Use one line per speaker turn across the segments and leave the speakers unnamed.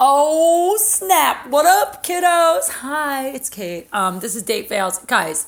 Oh snap! What up, kiddos? Hi, it's Kate. Um, this is Date Fails, guys.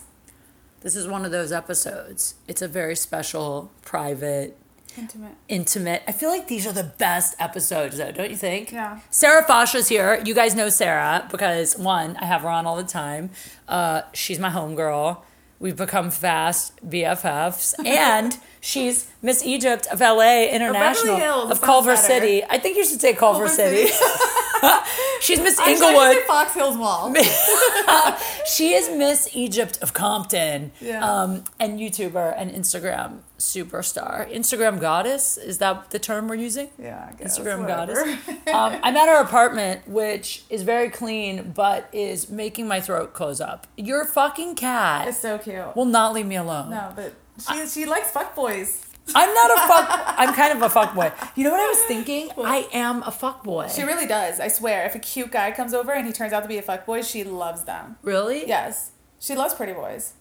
This is one of those episodes. It's a very special, private,
Intimate.
intimate. I feel like these are the best episodes, though, don't you think?
Yeah.
Sarah Fosh's here. You guys know Sarah because one, I have her on all the time. Uh, she's my homegirl. We've become fast BFFs, and she's Miss Egypt of LA International
Hills
of
sounds
Culver
better.
City. I think you should say Culver,
Culver
City.
City.
she's Miss
Actually, I should
Inglewood.
say Fox Hills Mall.
She is Miss Egypt of Compton.
Yeah.
Um, and YouTuber and Instagram superstar. Instagram goddess? Is that the term we're using?
Yeah, I guess,
Instagram goddess.
whatever.
um, I'm at her apartment, which is very clean, but is making my throat close up. Your fucking cat
It's so cute.
will not leave me alone.
no, but she she likes fuckboys.
I'm not a fuck. I'm kind of a fuck boy. You know what I was thinking? I am a fuck boy.
She really does. I swear. If a cute guy comes over and he turns out to be a fuckboy, she loves them.
really?
Yes, she loves pretty boys.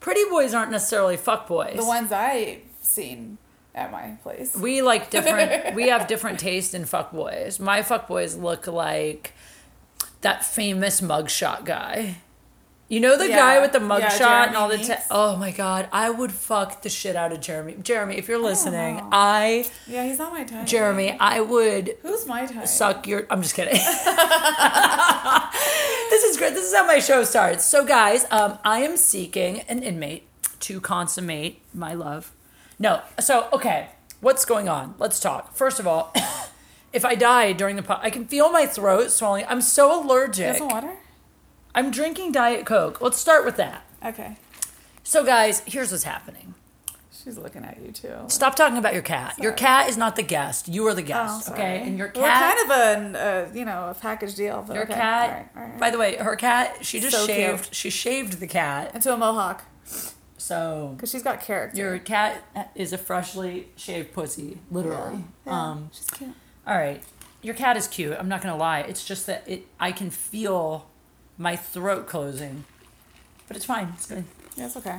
Pretty boys aren't necessarily fuck boys.
The ones I've seen at my place.
We like different. we have different taste in fuckboys. My fuckboys look like that famous mugshot guy. You know the
Yeah.
guy with the
Yeah,
mugshot and
Jeremy
all the. ta-
Meeks.
oh my god, I would fuck the shit out of Jeremy. Jeremy, if you're listening, I
Yeah, he's not my type.
Jeremy, I would
Who's my type?
suck your I'm just kidding. this is great. This is how my show starts. So guys, um, I am seeking an inmate to consummate my love. No. So, okay. What's going on? Let's talk. First of all, if I die during the po- I can feel my throat swelling. I'm so allergic.
Get some water?
I'm drinking diet coke. Let's start with that.
Okay.
So guys, here's what's happening.
She's looking at you too.
Stop talking about your cat. Your
Sorry. Oh,
cat is not the guest. You are the guest,
sorry.
okay? And your cat
We're kind of an, uh, you know, a package deal. But
Her
okay.
cat.
All right, all right.
By the way, her cat. She just
So cute.
shaved. She shaved the cat.
Into a mohawk.
So
Because she's got character.
your cat is a freshly shaved pussy, literally.
Yeah,
Um,
she's cute.
all right, your cat is cute. I'm not gonna lie. It's just that it. I can feel my throat closing, but it's fine. It's good.
Yeah, it's okay.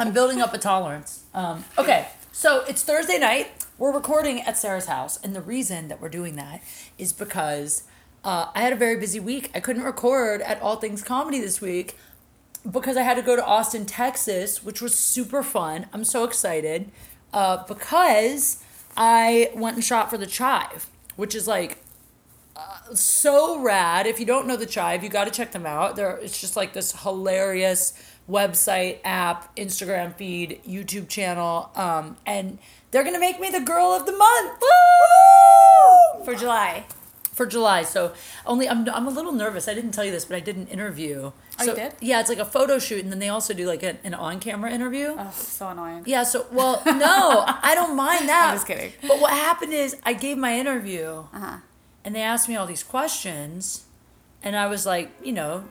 I'm building up a tolerance. Um, okay, so it's Thursday night. We're recording at Sarah's house, and the reason that we're doing that is because uh, I had a very busy week. I couldn't record at All Things Comedy this week because I had to go to Austin, Texas, which was super fun. I'm so excited uh, because I went and shot for the Chive, which is like uh, so rad. If you don't know the Chive, you got to check them out. They're, it's just like this hilarious website, app, Instagram feed, YouTube channel, um, and they're gonna make me the girl of the month Woo! for July. For July, so only I'm, I'm a little nervous. I didn't tell you this, but I did an interview.
Oh,
so,
you did?
Yeah, it's like a photo shoot, and then they also do like an, an on camera interview.
Oh, so annoying.
Yeah, so, well, no, I don't mind that.
I'm just kidding. Uh-huh.
But what happened is I gave my interview and they asked me all these questions. And I was like, you know,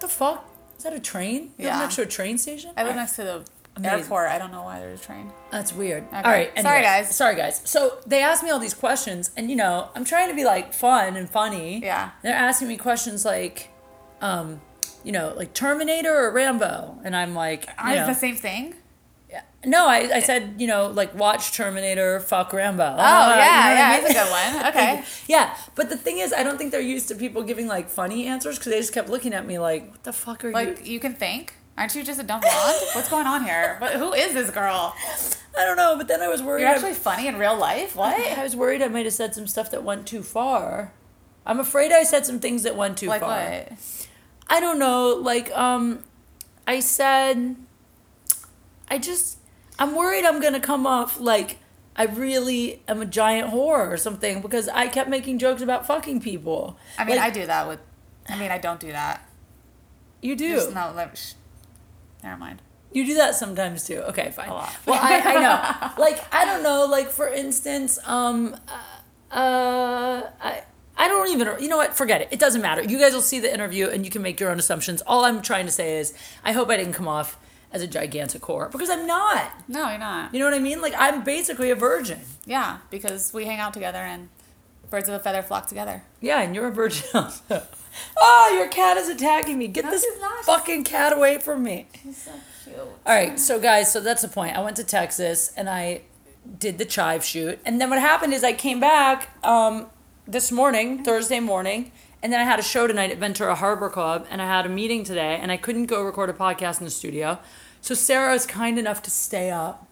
the fuck? Is that a train? You live
Yeah.
next to a train station?
I live next to the
Amazing.
airport. I don't know why there's a train.
That's weird.
Okay.
All right.
Sorry,
anyway.
guys.
Sorry, guys. So they asked me all these questions, and you know, I'm trying to be like fun and funny.
Yeah.
They're asking me questions like, um, you know, like Terminator or Rambo, and I'm like, you
I
know,
the same thing.
no, I, I said, you know, like watch Terminator, fuck Rambo. Oh,
Uh, it's a good one. Okay.
Yeah, but the thing is, I don't think they're used to people giving like funny answers because they just kept looking at me like, "What the fuck are you?"
like you can think. Aren't you just a dumb blonde? What's going on here? What, who is this girl?
I don't know. But then I was worried.
You're
I-
actually funny in real life. What?
I was worried I might have said some stuff that went too far. I'm afraid I said some things that went too
Like
far.
what?
I don't know. Like, um, I said, I just, I'm worried I'm gonna come off like I really am a giant whore or something because I kept making jokes about fucking people.
I mean,
Like,
I do that with. I mean, I don't do that.
you do.
Just not like. Sh- never mind.
You do that sometimes too. Okay, fine.
lot.
Well, I, I know. like I don't know. Like for instance, um, uh, uh, I I don't even. You know what? Forget it. It doesn't matter. You guys will see the interview and you can make your own assumptions. All I'm trying to say is, I hope I didn't come off as a gigantic whore because I'm not.
No, you're not.
You know what I mean? Like I'm basically a virgin.
Yeah, because we hang out together and birds of a feather flock together.
Yeah, and you're a virgin. also. oh, your cat is attacking me. Get
No,
this
she's not. She's-
fucking cat away from me.
She's so cute.
All right, so guys, so that's the point. I went to Texas and I did the chive shoot, and then what happened is I came back um, this morning, Thursday morning, and then I had a show tonight at Ventura Harbor Club, and I had a meeting today, and I couldn't go record a podcast in the studio. So Sarah was kind enough to stay up.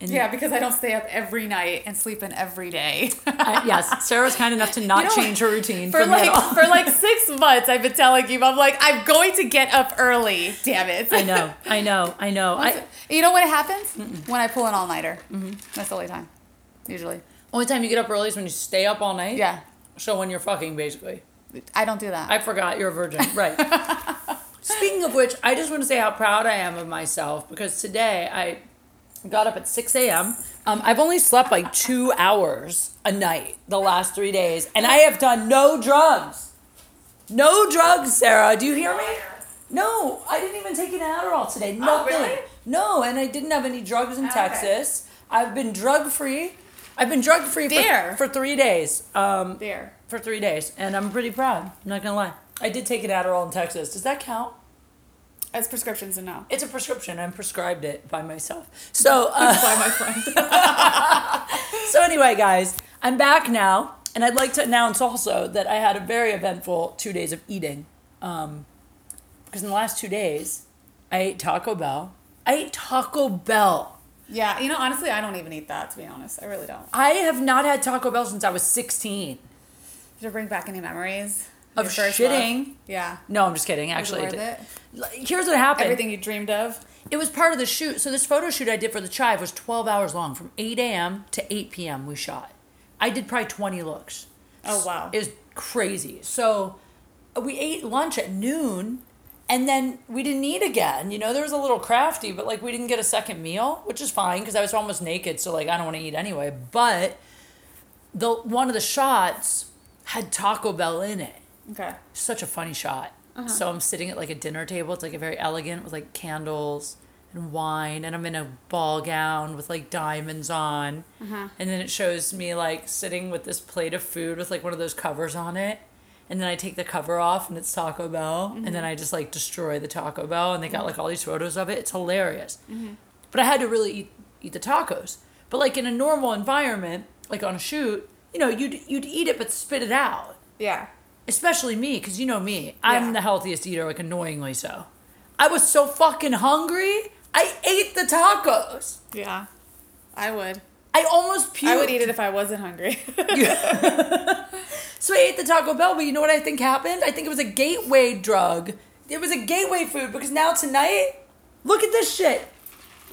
And
Yeah, because I don't stay up every night and sleep in every day.
I- yes, Sarah was kind enough to not
You know,
change her routine
for
from
like
at all.
for like six months. I've been telling you, I'm like, I'm going to get up early. Damn it!
I know, I know, I know. I,
you know when it happens? When I pull an all nighter. Mm-hmm. That's the only time, usually.
only time you get up early is when you stay up all night.
Yeah,
So when you're fucking, basically.
I don't do that.
I forgot you're a virgin. Right. Speaking of which, I just want to say how proud I am of myself because today I got up at 6 a.m. Um, I've only slept like two hours a night the last three days, and I have done no drugs. No drugs, Sarah. Do you hear me? No, I didn't even take an Adderall today. Nothing.
Oh, really? Oh,
No, and I didn't have any drugs in
okay.
Texas. I've been drug free. I've been drug free for,
There.
for three days. Um,
there.
for three days, and I'm pretty proud. I'm not gonna lie. I did take an Adderall in Texas. Does that count?
As prescriptions and now.
It's a prescription. I'm prescribed it by myself. So, uh,
By my friend.
so anyway, guys, I'm back now, and I'd like to announce also that I had a very eventful two days of eating. Um, because in the last two days, I ate Taco Bell. I ate Taco Bell.
yeah, you know, honestly, I don't even eat that. To be honest, I really don't.
I have not had Taco Bell since I was 16.
Did it bring back any memories
Of
Your first
shitting?
love? Yeah.
No, I'm just kidding. Actually,
worth
did-
it?
Like, here's what happened.
Everything you dreamed of.
It was part of the shoot. So this photo shoot I did for the Chive was 12 hours long, from 8 a.m. to 8 p.m. We shot. I did probably 20 looks.
Oh, wow.
It was crazy. So uh, we ate lunch at noon, and then we didn't eat again. You know, there was a little crafty, but like we didn't get a second meal, which is fine because I was almost naked, so like I don't want to eat anyway. But the one of the shots had Taco Bell in it
Okay.
such a funny shot. So I'm sitting at like a dinner table. It's like a very elegant with like candles and wine, and I'm in a ball gown with like diamonds on. And then it shows me like sitting with this plate of food with like one of those covers on it. And then I take the cover off and it's Taco Bell. And then I just like destroy the Taco Bell, and they got like all these photos of it. It's hilarious. But I had to really eat eat the tacos. But like in a normal environment, like on a shoot, you know, you'd you'd eat it but spit it out
Yeah.
especially me because you know me i'm
Yeah.
the healthiest eater like annoyingly so i was so fucking hungry i ate the tacos
Yeah. I would.
i almost puked
I would eat it if I wasn't hungry.
so i ate the taco bell but you know what i think happened i think it was a gateway drug it was a gateway food because now tonight look at this shit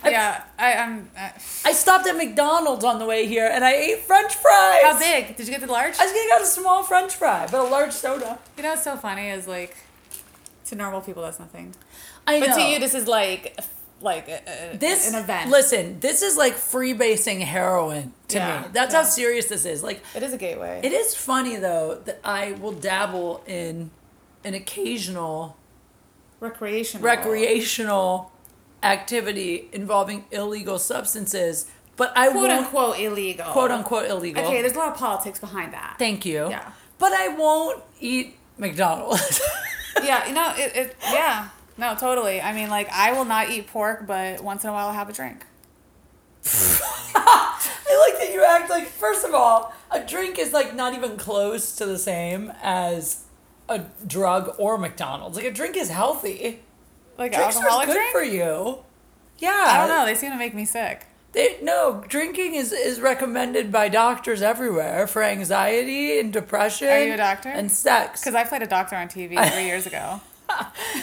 yeah. I, I'm. uh, I,
i stopped at mcdonald's on the way here and i ate french fries
how big? Did you get the large?
i was gonna get a small french fry but a large soda
You know what's so funny is like, to normal people that's nothing.
i
But to you, this is like, like a, a-
this
an event.
Listen, this is like freebasing heroin to
Yeah,
me. That's
yeah.
how serious this is. Like,
it is a gateway.
it is funny though that I will dabble in an occasional
Recreational.
recreational activity involving illegal substances, but I
Quote
won't
unquote illegal.
quote unquote illegal.
Okay, there's a lot of politics behind that.
Thank you.
Yeah.
But I won't eat McDonald's.
yeah, you know, it, it, yeah, no, totally. I mean, like, I will not eat pork, but once in a while I'll have a drink.
I like that you act like, first of all, a drink is like not even close to the same as a drug or McDonald's. Like a drink is healthy.
Like, an
Drinks are
alcoholic
good
drink?
for you. Yeah.
I don't know. They seem to make me sick.
They, no, drinking is, is recommended by doctors everywhere for anxiety and depression.
Are you a doctor?
And sex.
Because I played a doctor on TV three years ago.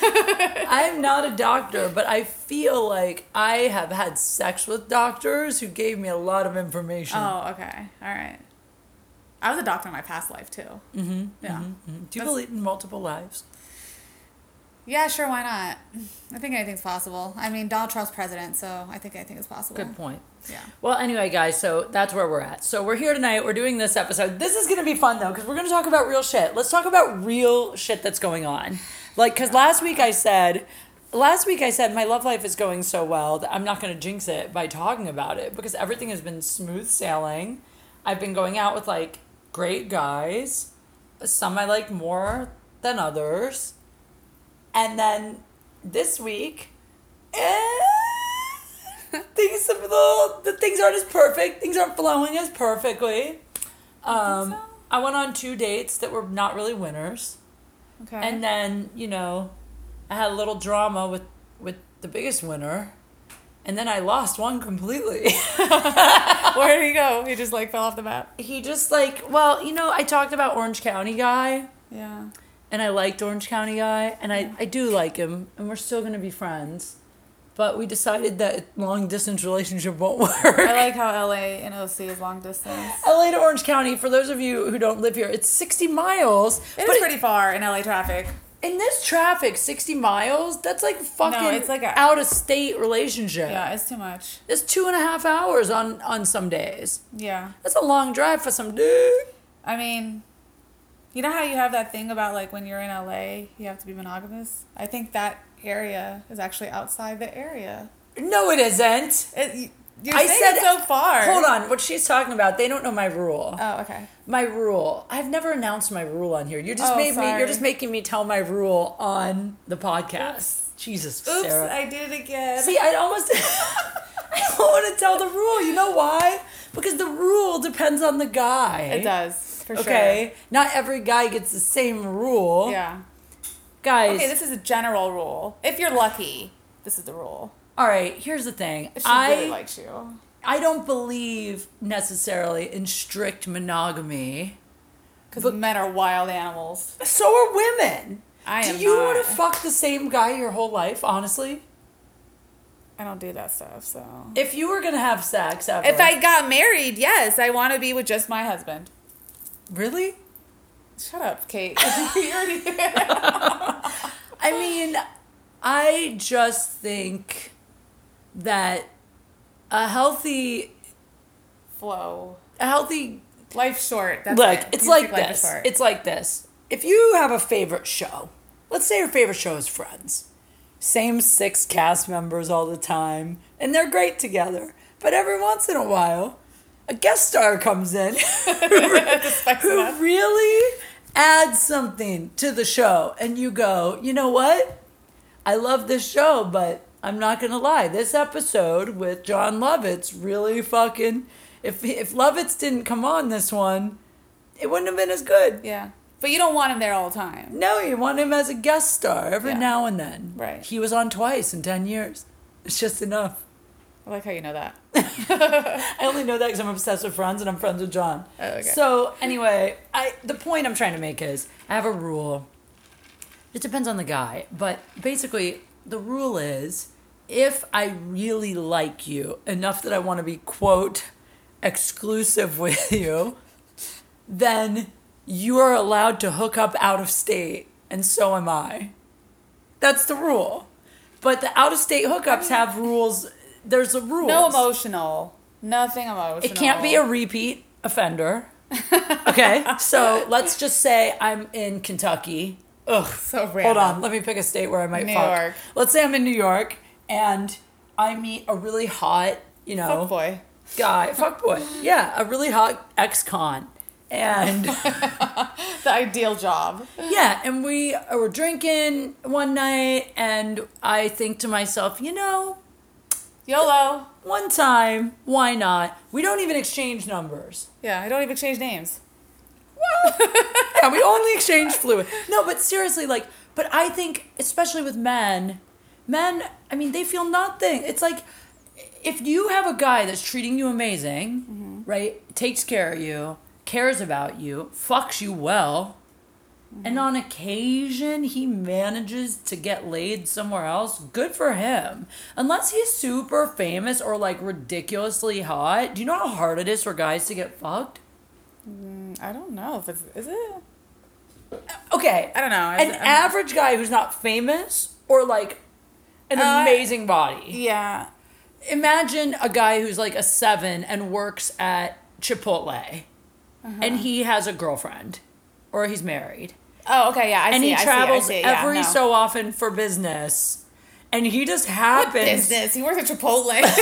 I'm not a doctor, but I feel like I have had sex with doctors who gave me a lot of information.
Oh, okay. All right. I was a doctor in my past life, too. Mm-hmm. Yeah.
Do you believe in multiple lives?
Yeah, sure, why not? I think anything's possible. I mean, Donald Trump's president, so I think anything is possible.
Good point.
Yeah.
Well, anyway, guys, so that's where we're at. So we're here tonight. We're doing this episode. This is going to be fun, though, because we're going to talk about real shit. Let's talk about real shit that's going on. Like, because last week I said, last week I said, my love life is going so well that I'm not going to jinx it by talking about it because everything has been smooth sailing. I've been going out with like great guys, some I like more than others. And then this week, eh, things the, the things aren't as perfect. Things aren't flowing as perfectly. Um,
so?
I, I went on two dates that were not really winners.
Okay.
And then, you know, I had a little drama with with the biggest winner. And then I lost one completely.
where did he go? He just like fell off the map.
he just like, well, you know, I talked about Orange County guy
Yeah.
and I liked Orange County guy and I, I do like him and we're still going to be friends. But we decided that long distance relationship won't work.
I like how LA and OC is long distance.
LA to Orange County, for those of you who don't live here, it's 60 miles.
It
but
is pretty far in LA traffic.
in this traffic, 60 miles, that's like fucking
it's like a-
out of state relationship.
Yeah, it's too much.
It's two and a half hours on, on some days.
Yeah.
That's a long drive for some dude.
I mean, you know how you have that thing about like when you're in LA, you have to be monogamous? I think that area is actually outside the area.
No, it isn't.
It, you- you're
I
I
said-
said so far.
Hold on, what she's talking about, they don't know my rule.
Oh, okay.
My rule. I've never announced my rule on here. You just
Oh,
made me you're
sorry.
just making me tell my rule on the podcast. Jesus,
Oops,
Sarah.
I did it again.
See, I almost I don't want to tell the rule. You know why? Because the rule depends on the guy.
it does, for
Okay. Not every guy gets the same rule.
sure. Yeah.
Guys,
Okay, this is a general rule. If you're lucky, this is the rule.
all right, here's the thing.
If she
I
really likes you.
I don't believe necessarily in strict monogamy.
Because men are wild animals.
So are women.
I
Do
am
you
not.
want to fuck the same guy your whole life, honestly?
I don't do that stuff, so.
If you were going to have sex ever.
If I got married, yes, I want to be with just my husband.
Really?
Shut up, Kate.
I mean, I just think that a healthy,
Flow.
a healthy
Life short. That's
look.
it.
It's
You
like
speak life is
this.
short.
It's like this. If you have a favorite show, let's say your favorite show is Friends, same six cast members all the time, and they're great together. But every once in a while, a guest star comes in
it
who
up.
really adds something to the show, and you go, you know what? I love this show, but I'm not gonna lie. This episode with John Lovitz really fucking. If if Lovitz didn't come on this one, it wouldn't have been as good.
yeah. But you don't want him there all the time.
No, you want him as a guest star every
Yeah.
now and then.
Right.
He was on twice in ten years. It's just enough.
I like how you know that.
I only know that because I'm obsessed with Friends and I'm friends with John.
Oh, okay.
So anyway, I the point I'm trying to make is I have a rule. It depends on the guy, but basically the rule is if I really like you enough that I want to be quote exclusive with you, then you are allowed to hook up out of state, and so am I. That's the rule. But the out of state hookups have rules. There's a rule.
No emotional. Nothing emotional.
It can't be a repeat offender. Okay, so let's just say I'm in Kentucky. Ugh,
So
Hold
random.
on, let me pick a state where I might
New
fuck.
York.
Let's say I'm in New York and I meet a really hot, you know,
Fuck Oh, boy.
guy, fuck boy. Yeah, a really hot ex-con, and
The ideal job.
yeah, and we were drinking one night, and I think to myself, you know,
YOLO.
one time, why not? We don't even exchange numbers.
Yeah, I don't even change names.
yeah, we only exchange fluid. No, but seriously, like, but I think, especially with men, men, I mean, they feel nothing. It's like, if you have a guy that's treating you amazing, right, takes care of you, cares about you, fucks you well, and on occasion he manages to get laid somewhere else, good for him. Unless he's super famous or like ridiculously hot. Do you know how hard it is for guys to get fucked?
Mm, I don't know if it's. Is it?
Okay,
I don't know. uh, I-
An
I'm-
average guy who's not famous or like an
Uh,
amazing body.
Yeah.
Imagine a guy who's like a seven and works at Chipotle,
Uh-huh.
and he has a girlfriend, or he's married,
Oh, okay. Yeah, I
and
see.
he
I see, I
travels
see, yeah,
every
no.
so often for business, and he just happens
business. He works at Chipotle.
every once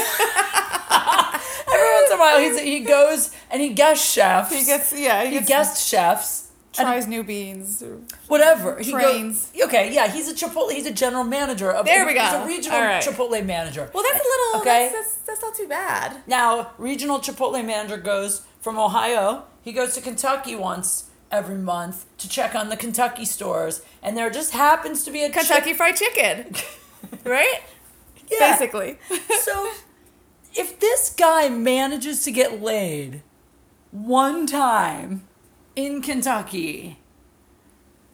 in a while he's, he goes and he guest chefs.
he gets yeah. He,
he
gets,
guest chefs.
tries new beans.
whatever. He
Trains.
goes. Okay, yeah, he's a Chipotle. He's a general manager of.
There we go.
He's a regional
All right.
Chipotle manager.
Well, that's a little.
Okay.
That's, that's, that's not too bad.
now, regional Chipotle manager goes from Ohio He goes to Kentucky once every month to check on the Kentucky stores, and there just happens to be a
Kentucky Fried Chicken, right?
chick- Yeah.
Basically.
so, if this guy manages to get laid one time in Kentucky,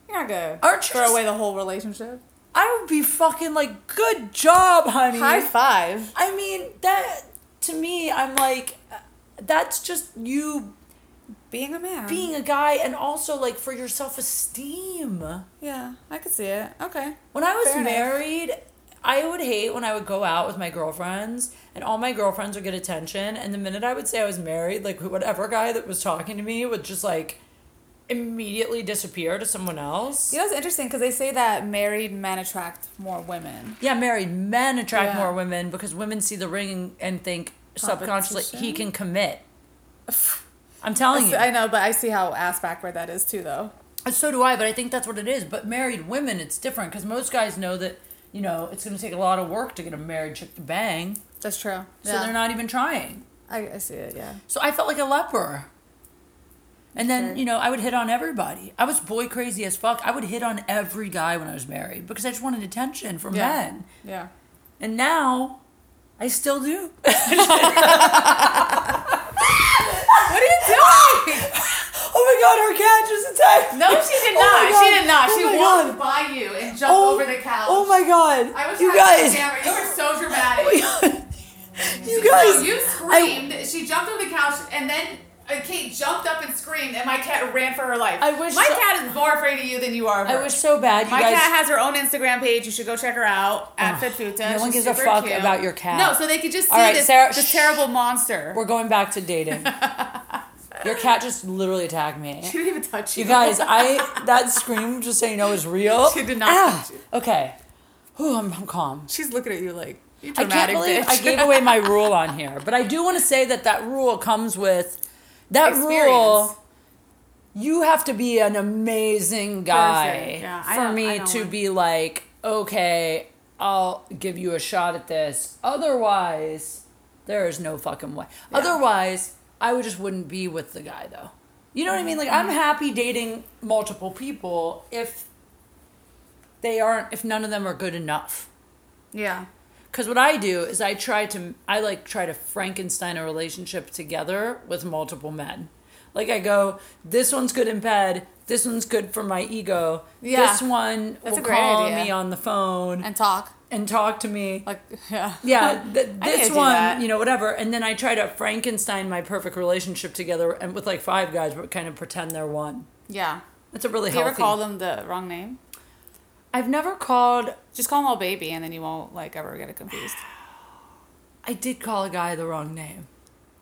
You're not gonna
Aren't you
throw
just-
away the whole relationship.
I would be fucking like, "Good job, honey."
High five.
I mean, that to me, I'm like, uh, that's just you
Being a man.
being a guy, and also like for your self esteem.
Yeah, I could see it. Okay.
When I was
Fair enough.
married, I would hate when I would go out with my girlfriends and all my girlfriends would get attention. And the minute I would say I was married, like whatever guy that was talking to me would just like immediately disappear to someone else.
You know, it's interesting because they say that married men attract more women.
Yeah, married men attract
Yeah.
more women because women see the ring and think subconsciously he
Competition?
can commit. I'm telling you.
I know, but I see how ass backward that is too, though.
So do I, but I think that's what it is. But married women, it's different because most guys know that, you know, it's going to take a lot of work to get a married chick to bang.
That's true.
So they're not even trying.
I, I see it. Yeah.
So I felt like a leper. And then,
Sure.
you know, I would hit on everybody. I was boy crazy as fuck. I would hit on every guy when I was married because I just wanted attention from
Yeah.
men.
Yeah.
And now I still do.
What are you doing?
oh my God, her cat just attacked.
No, she did
Oh my
not.
God.
she did not.
Oh
she
my
walked by you and jumped
Oh,
over the couch.
Oh my God.
I was
you
trying
guys.
to camera. You were so dramatic.
you guys.
No, Oh, you
I-
screamed. she jumped over the couch and then uh, Kate jumped up and screamed, and my cat ran for her life.
I wish
my
so-
cat is more afraid of you than you are. Of her.
I was so bad. You
My
guys.
cat has her own Instagram page. You should go check her out at
Ugh,
Fitfuta.
no one
She's
gives a
super
fuck
cute.
about your cat.
No, so they could just see
All right,
this,
Sarah-
this terrible monster.
We're going back to dating. Your cat just literally attacked me.
she didn't even touch you.
You guys, I that scream just so you know is real. Ah,
She did not touch you.
Okay. Whew, I'm, I'm calm.
She's looking at you like you
I can't
dramatic
believe
bitch.
I gave away my rule on here, but I do want to say that that rule comes with that
Experience.
rule. You have to be an amazing guy
Person, yeah, I
for
don't- I
me
don't
to
want-
be like, okay, I'll give you a shot at this. Otherwise, there is no fucking way. Otherwise, I would just wouldn't be with the guy though. You know what I
Mm-hmm,
mean? Like I'm happy dating multiple people if they aren't if none of them are good enough.
yeah.
Because what I do is I try to, I like try to Frankenstein a relationship together with multiple men. Like I go, this one's good in bed. This one's good for my ego.
Yeah.
This one
That's
will
a great
call
idea.
me on the phone and,
And talk.
talk to me.
Like yeah.
yeah, th-
I need to
this
do
one,
that.
you know, whatever. And then I try to Frankenstein my perfect relationship together and with like five guys, but kind of pretend they're one.
Yeah.
That's a really
Do you
healthy.
ever call them the wrong name?
I've never called.
Just call them all baby, and then you won't like ever get it confused.
I did call a guy the wrong name.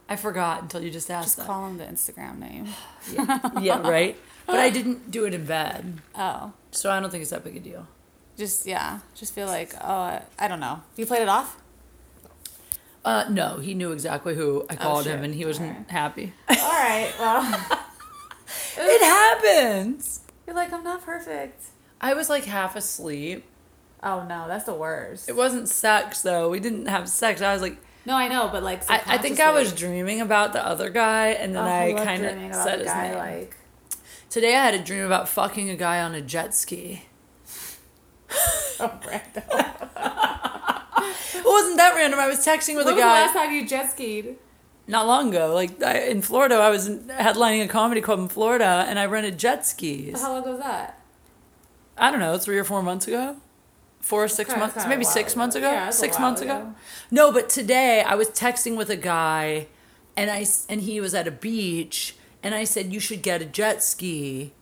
I forgot until you just asked
Just
that.
call them the Instagram name.
yeah, right. But I didn't do it in bed,
Oh,
so I don't think it's that big a deal.
just yeah. Just feel like oh, I- I don't know. You played it off.
Uh, no, he knew exactly who I called him,
shit.
and he wasn't
Alright.
happy.
Oh, all right. Well,
it happens.
you're like I'm not perfect.
I was like half asleep.
Oh no, that's the worst.
It wasn't sex though. We didn't have sex. I was like,
No, I know, but like
I, I think I was
subconsciously-
dreaming about the other guy, and then
Oh,
I,
love
kind
dreaming
of
about
said
the
his
guy,
name.
Like,
Today I had a dream about fucking a guy on a jet ski.
oh, Brandon.
It wasn't that random. I was texting with
When was
a
the
guy
last time you jet skied?
not long ago. Like I, in Florida, I was headlining a comedy club in Florida, and I rented jet skis.
How long was that?
I don't know, three or four months ago. Four or six
Kinda-
months,
kinda
maybe
a while
six
ago.
months ago.
Yeah, it's a
six
while
months ago.
ago.
No, but today I was texting with a guy, and I s- and he was at a beach, and I said you should get a jet ski,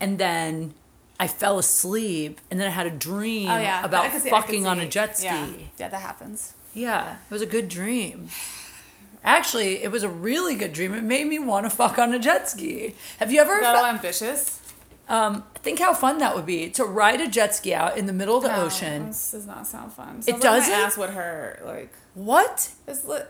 and then I fell asleep, and then I had a dream
Oh yeah, I
about
could see- I could
fucking on
see.
a jet ski.
Yeah, yeah that happens.
Yeah, it was a good dream. Actually, it was a really good dream. It made me want to fuck on a jet ski. Have you ever?
Not
fe-
all ambitious.
um, think how fun that would be to ride a jet ski out in the middle of the
No,
ocean.
This does not sound fun.
It
Sounds like
doesn't?
My ass would hurt. Like
What?
it's. Li-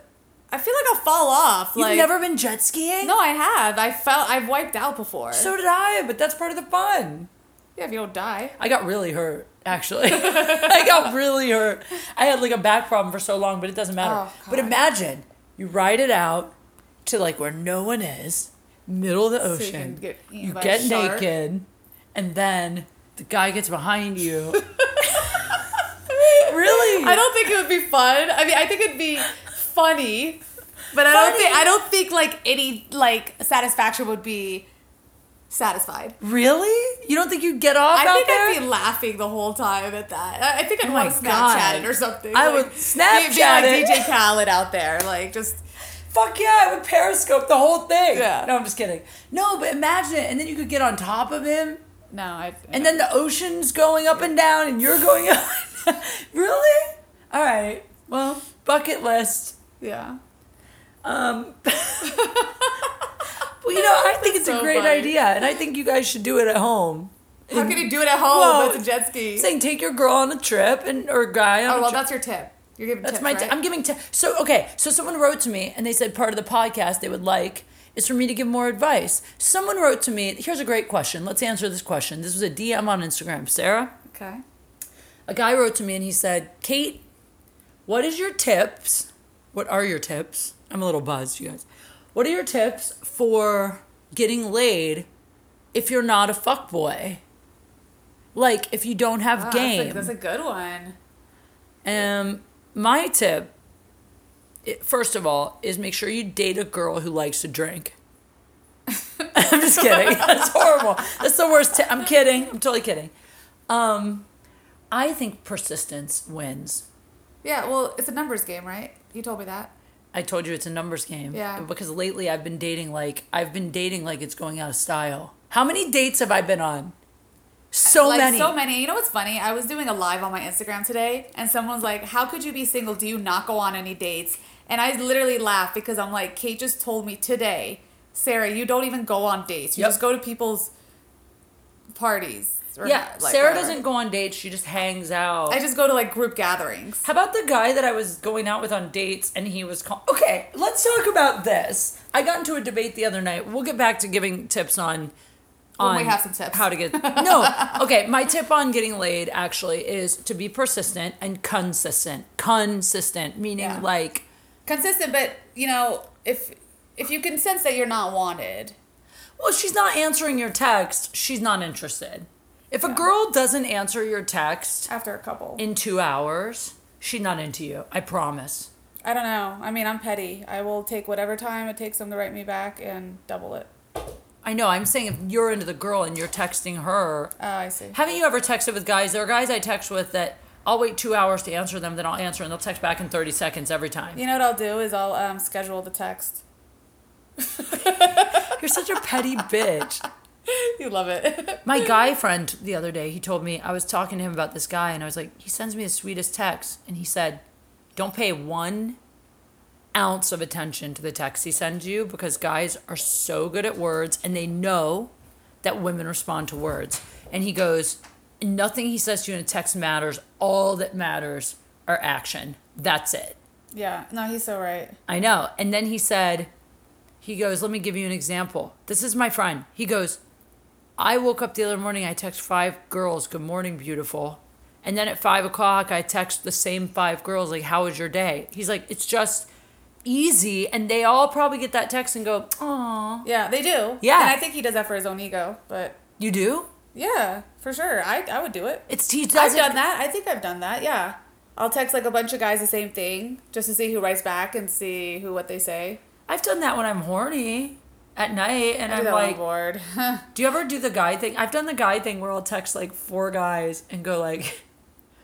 I feel like I'll fall off.
You've
like
never been jet skiing?
No, I have. I felt. I've wiped out before.
So did I, but that's part of the fun.
yeah, if you don't die.
I got really hurt, actually. I got really hurt. I had like a back problem for so long, but it doesn't matter.
Oh,
but
God.
imagine you ride it out to like where no one is. middle of the
So you
ocean.
can get eaten
you
by a
get
shark.
naked, and then the guy gets behind you. really?
I don't think it would be fun. I mean, I think it'd be funny, but I don't
Funny.
think I don't think like any like satisfaction would be satisfied.
really? You don't think you'd get off
I
out
think
there?
I'd be laughing the whole time at that. I, I think I'd
Oh my
want to
God.
Snapchat it or something.
I would
be, be like
Snapchat it.
DJ Khaled out there, like just
Fuck yeah, I would periscope the whole thing.
Yeah.
No, I'm just kidding. No, but imagine it. And then you could get on top of him.
no. I,
And then the ocean's going up and down and you're going up. really? All right. Well, bucket list.
yeah,
Um, well, you know, I think it's
so
a great
funny.
idea. And I think you guys should do it at home.
how could you do it at home
Well,
with a jet ski?
Saying take your girl on a trip and or guy on
oh
a
well,
trip.
that's your tip. You're giving
That's
tips,
my.
right?
T- I'm giving. T- so okay. So someone wrote to me and they said part of the podcast they would like is for me to give more advice. Someone wrote to me. Here's a great question. Let's answer this question. This was a DM on Instagram. Sarah,
okay.
a guy wrote to me and he said, "Kate, what is your tips? What are your tips? I'm a little buzzed, you guys. What are your tips for getting laid if you're not a fuckboy? Like if you don't have
Wow,
game."
Ah, That's, a, that's a good one.
Um, my tip, it, first of all, is make sure you date a girl who likes to drink. I'm just kidding. That's horrible. That's the worst. Tip. I'm kidding. I'm totally kidding. Um, I think persistence wins.
Yeah, well, it's a numbers game, right? You told me that.
I told you it's a numbers game.
Yeah.
Because lately I've been dating like I've been dating like it's going out of style. How many dates have I been on? So
like
many.
so many. You know what's funny? I was doing a live on my Instagram today, and someone's like, "How could you be single? Do you not go on any dates?" And I literally laughed because I'm like, Kate just told me today, Sarah, you don't even go on dates. You
Yep.
just go to people's parties. or,
yeah.
like,
Sarah
whatever.
doesn't go on dates. She just hangs out.
I just go to like group gatherings.
How about the guy that I was going out with on dates and he was call- Okay, let's talk about this. I got into a debate the other night. We'll get back to giving tips on
When
on
we have some tips.
How to get No. Okay, my tip on getting laid actually is to be persistent and consistent. Consistent meaning
Yeah.
like
Consistent, but you know, if if you can sense that you're not wanted,
well, she's not answering your text, she's not interested. If a girl doesn't answer your text
after a couple,
in 2 hours, she's not into you. I promise.
I don't know. I mean, I'm petty. I will take whatever time it takes them to write me back and double it.
I know. I'm saying if you're into the girl and you're texting her,
Oh, I see.
Haven't you ever texted with guys? There are guys I text with that I'll wait two hours to answer them, then I'll answer, and they'll text back in 30 seconds every time.
You know what I'll do is I'll um, schedule the text.
You're such a petty bitch.
you love it.
My guy friend the other day, he told me, I was talking to him about this guy, and I was like, he sends me the sweetest text. And he said, don't pay one ounce of attention to the text he sends you because guys are so good at words and they know that women respond to words. And he goes, nothing he says to you in a text matters. All that matters are action. That's it.
yeah, no, he's so right.
I know. And then he said, he goes, let me give you an example. This is my friend. He goes, I woke up the other morning, I text five girls, good morning, beautiful. And then at five o'clock, I text the same five girls, like, how was your day? He's like, it's just easy. And they all probably get that text and go, oh,
Yeah, they do.
Yeah.
And I think he does that for his own ego, but
you do?
yeah, for sure. I, I would do it.
It's, he
I've
does
done that. I think I've done that, yeah. I'll text like a bunch of guys the same thing just to see who writes back and see who what they say.
I've done that when I'm horny at night. And
I do
I'm
that
like,
on board.
Do you ever do the guy thing? I've done the guy thing where I'll text like four guys and go like,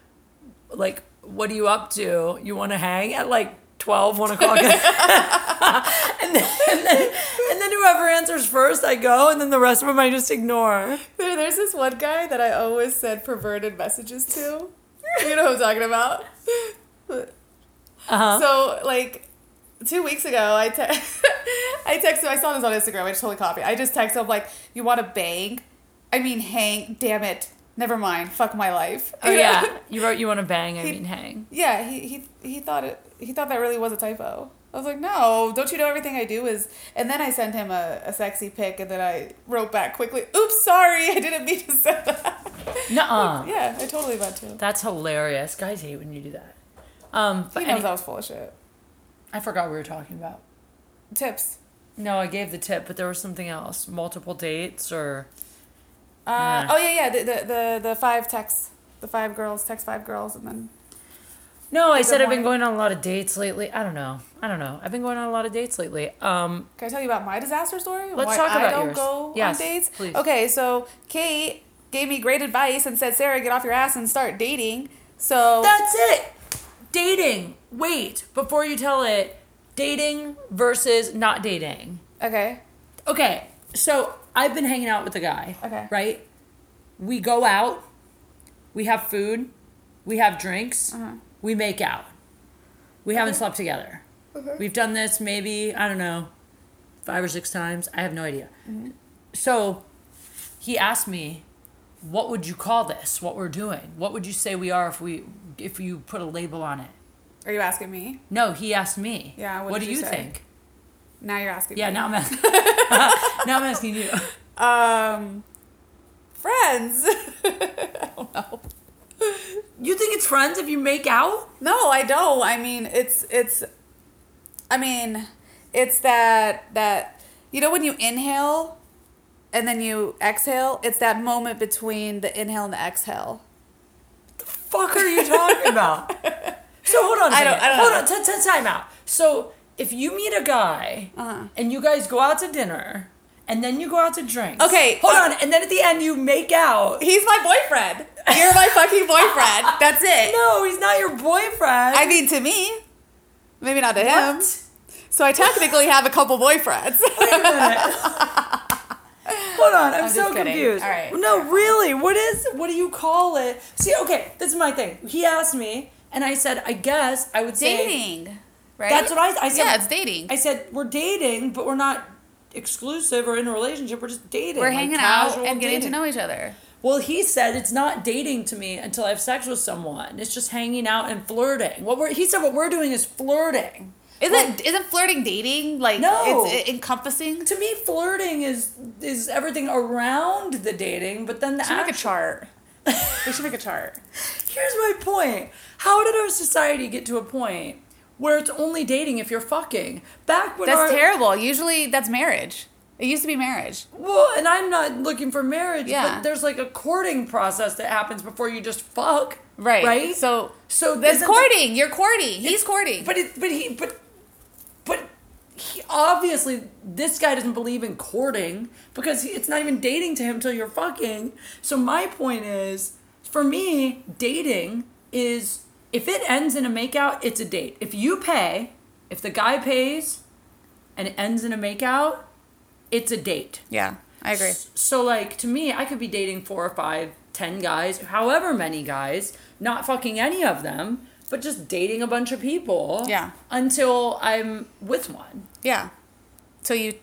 like, what are you up to? You want to hang at like 12, 1 o'clock? and, then, and, then, and then whoever answers first, I go, and then the rest of them I just ignore.
There- There's this one guy that I always send perverted messages to. You know who I'm talking about?
Uh-huh.
So like two weeks ago, I te- I texted. I saw this on Instagram. I just totally copied. I just texted him like, "You want to bang? I mean, hang. Damn it. Never mind. Fuck my life."
Oh,
You know?
yeah. You wrote you want to bang, I mean hang.
Yeah. He he he thought it. He thought that really was a typo. I was like, no, don't you know everything I do is? And then I sent him a, a sexy pic, and then I wrote back quickly, "Oops, sorry, I didn't mean to send that."
Nuh-uh.
Yeah, I totally meant to.
That's hilarious. Guys hate when you do that. Um,
He
but
knows
any-
I was full of shit.
I forgot what we were talking about.
Tips.
No, I gave the tip, but there was something else. Multiple dates or
Uh, oh yeah, yeah. The, the the the five texts, the five girls text five girls, and then
No, I
Good
said I've been going
morning.
on a lot of dates lately. I don't know. I don't know. I've been going on a lot of dates lately. Um
can I tell you about my disaster story?
Let's
Why
talk
I
about
don't
yours.
go
Yes,
on dates.
please.
Okay, so Kate gave me great advice and said, Sarah, get off your ass and start dating. So
That's it. Dating. Wait, before you tell it, dating versus not dating.
okay,
Okay, so I've been hanging out with a guy.
Okay.
Right? We go out, we have food, we have drinks,
Uh-huh.
we make out. We haven't slept together.
Mm-hmm.
We've done this maybe, I don't know, five or six times. I have no idea.
Mm-hmm.
So he asked me, what would you call this? What we're doing? What would you say we are if we if you put a label on it?
are you asking me?
No, he asked me.
Yeah, what
What,
did
do
you
you
say?
think?
Now you're asking.
Yeah,
me.
now I'm asking. now I'm asking you.
Um, friends.
You think it's friends if you make out?
No, I don't. I mean, it's it's I mean, it's that that you know when you inhale and then you exhale, it's that moment between the inhale and the exhale.
Fuck are you talking about? so hold on. a
I don't-
second.
I don't
hold
know.
on. T- t- time out. So if you meet a guy
Uh-huh.
and you guys go out to dinner and then you go out to drinks.
Okay,
Hold
uh,
on. And then at the end you make out.
He's my boyfriend. You're my fucking boyfriend. That's it.
No, he's not your boyfriend.
I mean to me, maybe not to him.
What?
So I technically have a couple boyfriends.
Hold on, I'm,
I'm
so
just kidding.
confused.
All right.
No, really, what is? What do you call it? See, okay, that's my thing. He asked me, and I said, I guess I would say
right?
That's what I, I said.
Yeah, it's dating.
I said we're dating, but we're not exclusive or in a relationship. We're just dating.
We're
like
hanging out
casual
and getting to
dating.
know each other.
Well, he said it's not dating to me until I have sex with someone. It's just hanging out and flirting. What we're he said what we're doing is flirting.
Isn't isn't flirting dating? Like
No.
it's encompassing.
To me, flirting is is everything around the dating, but then the
should
act-
make a chart. We should make a chart.
Here's my point. How did our society get to a point where it's only dating if you're fucking? Back when
That's
our,
terrible. Usually that's marriage. It used to be marriage.
Well, and I'm not looking for marriage,
Yeah.
but there's like a courting process that happens before you just fuck.
Right.
Right?
So
so
that's
isn't-
courting. You're courting. He's courting.
But it but he but but he obviously this guy doesn't believe in courting because he, it's not even dating to him till you're fucking. So my point is for me, dating is if it ends in a makeout, it's a date. If you pay, if the guy pays and it ends in a makeout, it's a date.
yeah, I agree.
So like to me, I could be dating four or five, ten guys, however many guys, not fucking any of them, but just dating a bunch of people.
Yeah.
Until I'm with one.
Yeah. Till you,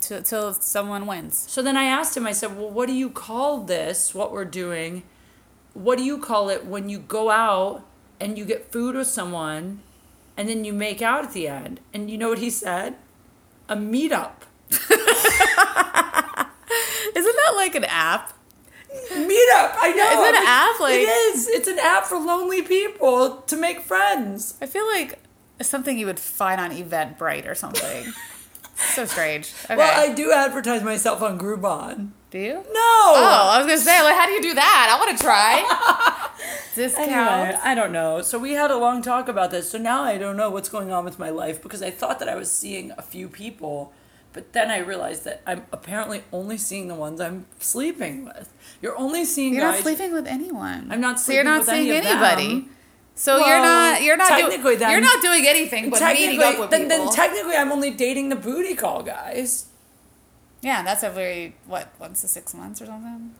till, till someone wins.
So then I asked him, I said, Well, what do you call this, what we're doing? What do you call it when you go out and you get food with someone and then you make out at the end? And you know what he said? A meetup.
Isn't that like an app?
Meetup, I know.
Is it an
I'm
app? Like-
it is. It's an app for lonely people to make friends.
I feel like it's something you would find on Eventbrite or something. so strange. Okay.
Well, I do advertise myself on Groupon.
do you?
No.
Oh, I was gonna say, like, how do you do that? I want to try. Discount.
Anyway, I don't know. So we had a long talk about this. So now I don't know what's going on with my life because I thought that I was seeing a few people, but then I realized that I'm apparently only seeing the ones I'm sleeping with. You're only seeing
You're
guys.
not sleeping with anyone.
I'm not
So you're
sleeping
not
with
seeing
any of them.
anybody. So you're
Well,
not you're not
technically
doing
then-
you're not doing anything but meeting up
Technically,
with
then,
people.
then technically, I'm only dating the booty call guys.
yeah, that's every what once to six months or something.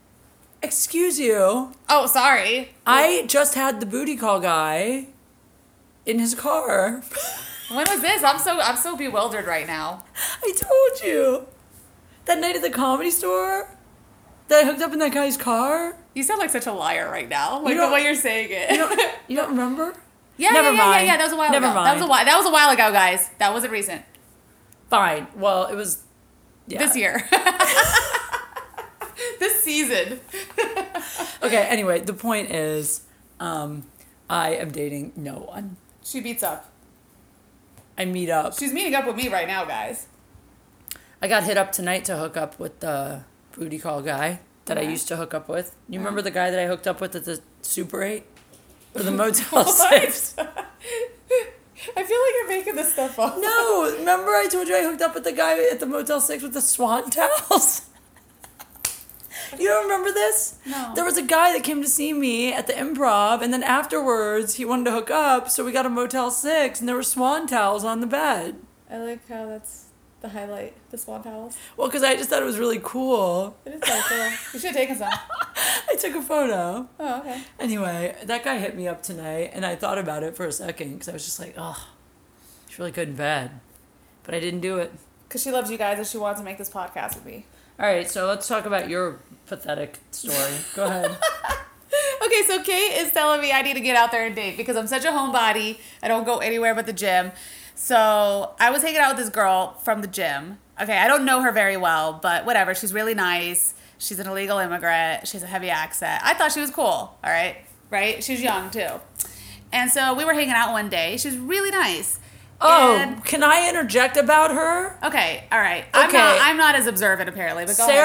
Excuse you.
Oh, sorry.
I just had the booty call guy in his car.
When was this? I'm so I'm so bewildered right now.
I told you. That night at the comedy store that I hooked up in that guy's car.
You sound like such a liar right now.
You
Like the
don't-
way you're saying it.
You don't, you don't remember?
yeah,
Never
yeah, yeah, yeah,
mind.
yeah. That was a while
Never
ago. That was a
mind.
while that was a while ago, guys. That wasn't recent.
Fine. Well, it was yeah.
This year. this season.
Okay, anyway, the point is um, I am dating no one.
She beats up.
I meet up.
She's meeting up with me right now, guys.
I got hit up tonight to hook up with the booty call guy that I used to hook up with. You remember the guy that I hooked up with at the Super 8? Or the Motel 6?
I feel like you're making this stuff up.
No, remember I told you I hooked up with the guy at the Motel 6 with the swan towels? You don't remember this?
No.
There was a guy that came to see me at the improv, and then afterwards he wanted to hook up, so we got a Motel 6, and there were swan towels on the bed.
I like how that's the highlight, the swan towels.
Well, because I just thought it was really cool.
It is so cool. We should have taken some.
I took a photo.
Oh, okay.
Anyway, that guy hit me up tonight, and I thought about it for a second because I was just like, oh, it's really good in bed. But I didn't do it.
Because she loves you guys and she wanted to make this podcast with me.
All right, so let's talk about your pathetic story. Go ahead.
Okay, so Kate is telling me I need to get out there and date because I'm such a homebody. I don't go anywhere but the gym. So I was hanging out with this girl from the gym. Okay, I don't know her very well, but whatever. She's really nice. She's an illegal immigrant. She has a heavy accent. I thought she was cool. All right, right? She was young too. And so we were hanging out one day. She was really nice.
Oh,
And-
can I interject about her?
okay, all right. I'm
Okay.
not. I'm not as observant apparently. But go ahead, sure.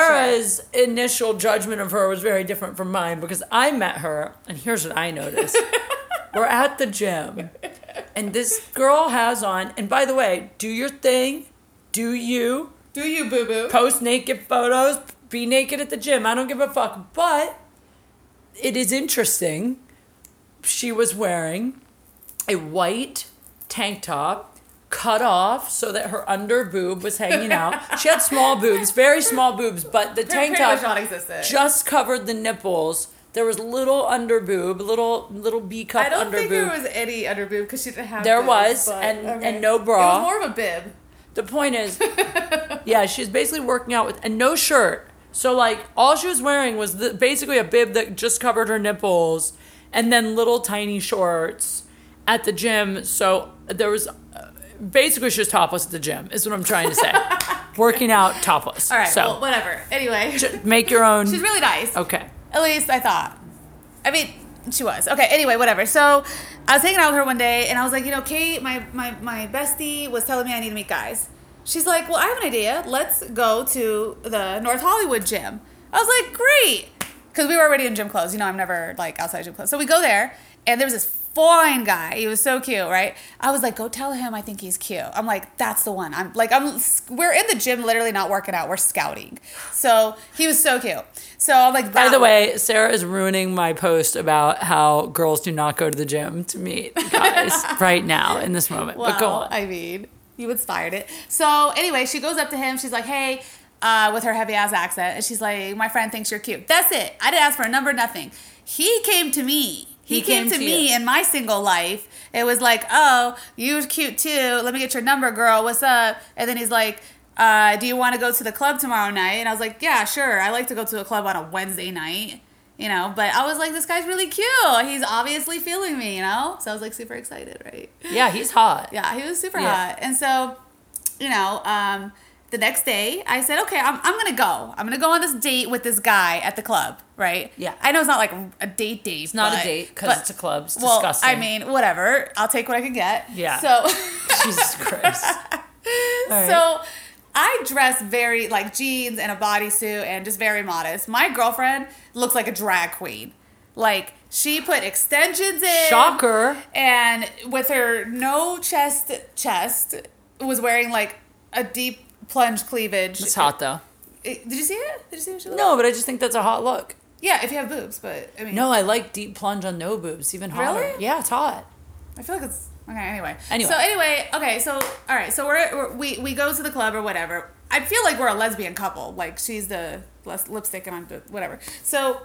Sarah's initial judgment of her was very different from mine because I met her, and here's what I noticed. We're at the gym, and this girl has on, and by the way, do your thing, do you,
Do you boo boo?
post naked photos, be naked at the gym. I don't give a fuck. But it is interesting. She was wearing a white tank top cut off so that her under boob was hanging out. she had small boobs, very small boobs, but the tank
pretty
top
much non-existent.
just covered the nipples. There was little under boob, little little B cup
I don't
under
think
boob.
there was any under boob because she didn't have.
There
boobs,
was,
but,
and-
I
and no bra.
It was more of a bib.
The point is, yeah, she's basically working out with and no shirt. So like all she was wearing was the, basically a bib that just covered her nipples, and then little tiny shorts at the gym. So there was uh, basically she was topless at the gym. Is what I'm trying to say. working out topless.
All right,
So
well, whatever. Anyway,
j- make your own.
she's really nice.
okay.
At least I thought. I mean, she was. Okay, anyway, whatever. So I was hanging out with her one day and I was like, you know, Kate, my, my, my bestie was telling me I need to meet guys. She's like, well, I have an idea. Let's go to the North Hollywood gym. I was like, great. Because we were already in gym clothes. You know, I'm never like outside gym clothes. So we go there and there was this fine guy. He was so cute, right? I was like, go tell him I think he's cute. I'm like, that's the one. I'm like, I'm we're in the gym literally not working out. We're scouting. So he was so cute. So I'm like,
By
that
the
one.
way, Sarah is ruining my post about how girls do not go to the gym to meet guys right now in this moment. but go
Well,
on.
I mean, you inspired it. So anyway, she goes up to him. She's like, "Hey," uh, with her heavy ass accent, and she's like, "My friend thinks you're cute." That's it. I didn't ask for a number, nothing. He came to me.
He
He, came,
came
to,
to
me
you.
in my single life. It was like, "Oh, you're cute too. Let me get your number, girl. What's up?" And then he's like. Uh, do you want to go to the club tomorrow night? And I was like, yeah, sure. I like to go to a club on a Wednesday night, you know. But I was like, this guy's really cute. He's obviously feeling me, you know. So I was like, super excited, right?
yeah, he's hot.
Yeah, he was super
Yeah.
hot. And so, you know, um, the next day I said, okay, I'm, I'm going to go. I'm going to go on this date with this guy at the club, right?
Yeah.
I know it's not like a date date. It's
not a date 'cause it's a club. It's
well, I
disgusting.
mean, whatever. I'll take what I can get.
Yeah.
So.
Jesus Christ. All right.
So I dress very like jeans and a bodysuit and just very modest. My girlfriend looks like a drag queen. Like she put extensions in.
Shocker.
And with her no chest chest was wearing like a deep plunge cleavage.
it's hot though.
Eh, Did you see it? Did you see what she looked like?
No, but I just think that's a hot look.
Yeah, if you have boobs, but I mean
No, I like deep plunge on no boobs, even hotter.
Really?
Yeah, it's hot.
I feel like it's okay. Anyway.
Anyway.
So anyway, okay. So all right. So we're, we're we we go to the club or whatever. I feel like we're a lesbian couple. Like she's the les- lipstick and I'm the whatever. So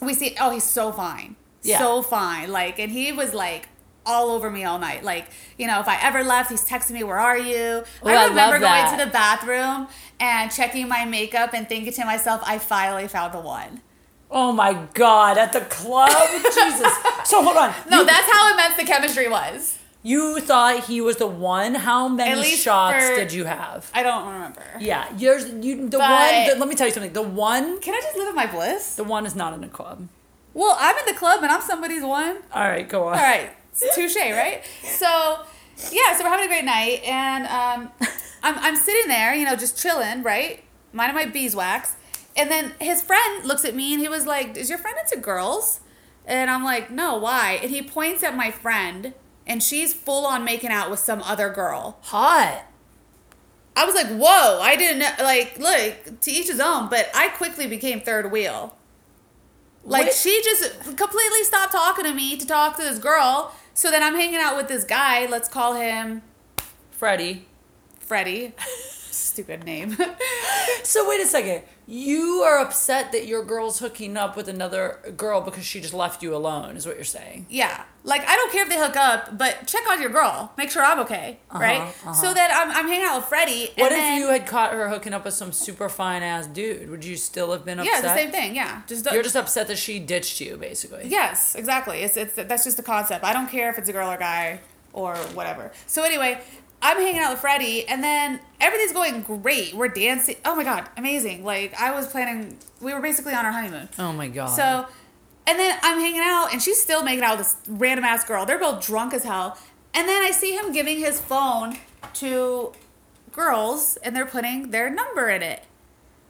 we see. Oh, he's so fine.
Yeah.
So fine. Like, and he was like all over me all night. Like, you know, if I ever left, he's texting me, "Where are you?"
Ooh, I
I remember
love
going
that.
to the bathroom and checking my makeup and thinking to myself, "I finally found the one."
Oh my god, at the club? Jesus. So hold on.
No,
you,
that's how immense the chemistry was.
you thought he was the one. How
At
many
least
shots
for-
did you have?
I don't remember.
Yeah, yours you the
But-
one the, let me tell you something. The one
Can I just live in my bliss?
the one is not in a club.
Well, I'm in the club and I'm somebody's one.
All right, go on.
All right, it's touche, right? So yeah, so we're having a great night, and um, I'm, I'm sitting there, you know, just chilling, right? Minding my beeswax. And then his friend looks at me and he was like, Is your friend into girls? And I'm like, No, why? And he points at my friend, and she's full on making out with some other girl.
Hot.
I was like, Whoa, I didn't know. Like, look, to each his own, but I quickly became third wheel. Like,
What?
she just completely stopped talking to me to talk to this girl. So then I'm hanging out with this guy. Let's call him
Freddie.
Freddie. Stupid name.
So wait a second. You are upset that your girl's hooking up with another girl because she just left you alone, is what you're saying.
yeah. Like, I don't care if they hook up, but check on your girl. Make sure I'm okay. right?
Uh-huh, uh-huh.
So then I'm, I'm hanging out with Freddie.
What
and then-
if you had caught her hooking up with some super fine ass dude? Would you still have been
Yeah,
upset?
the same thing. Yeah. Just,
You're just upset that she ditched you, basically.
Yes, exactly. It's it's that's just the concept. I don't care if it's a girl or guy or whatever. So anyway, I'm hanging out with Freddie, and then everything's going great. We're dancing. Oh my god, amazing! Like I was planning. We were basically on our honeymoon.
Oh my god.
So, and then I'm hanging out, and she's still making out with this random ass girl. They're both drunk as hell. And then I see him giving his phone to girls, and they're putting their number in it.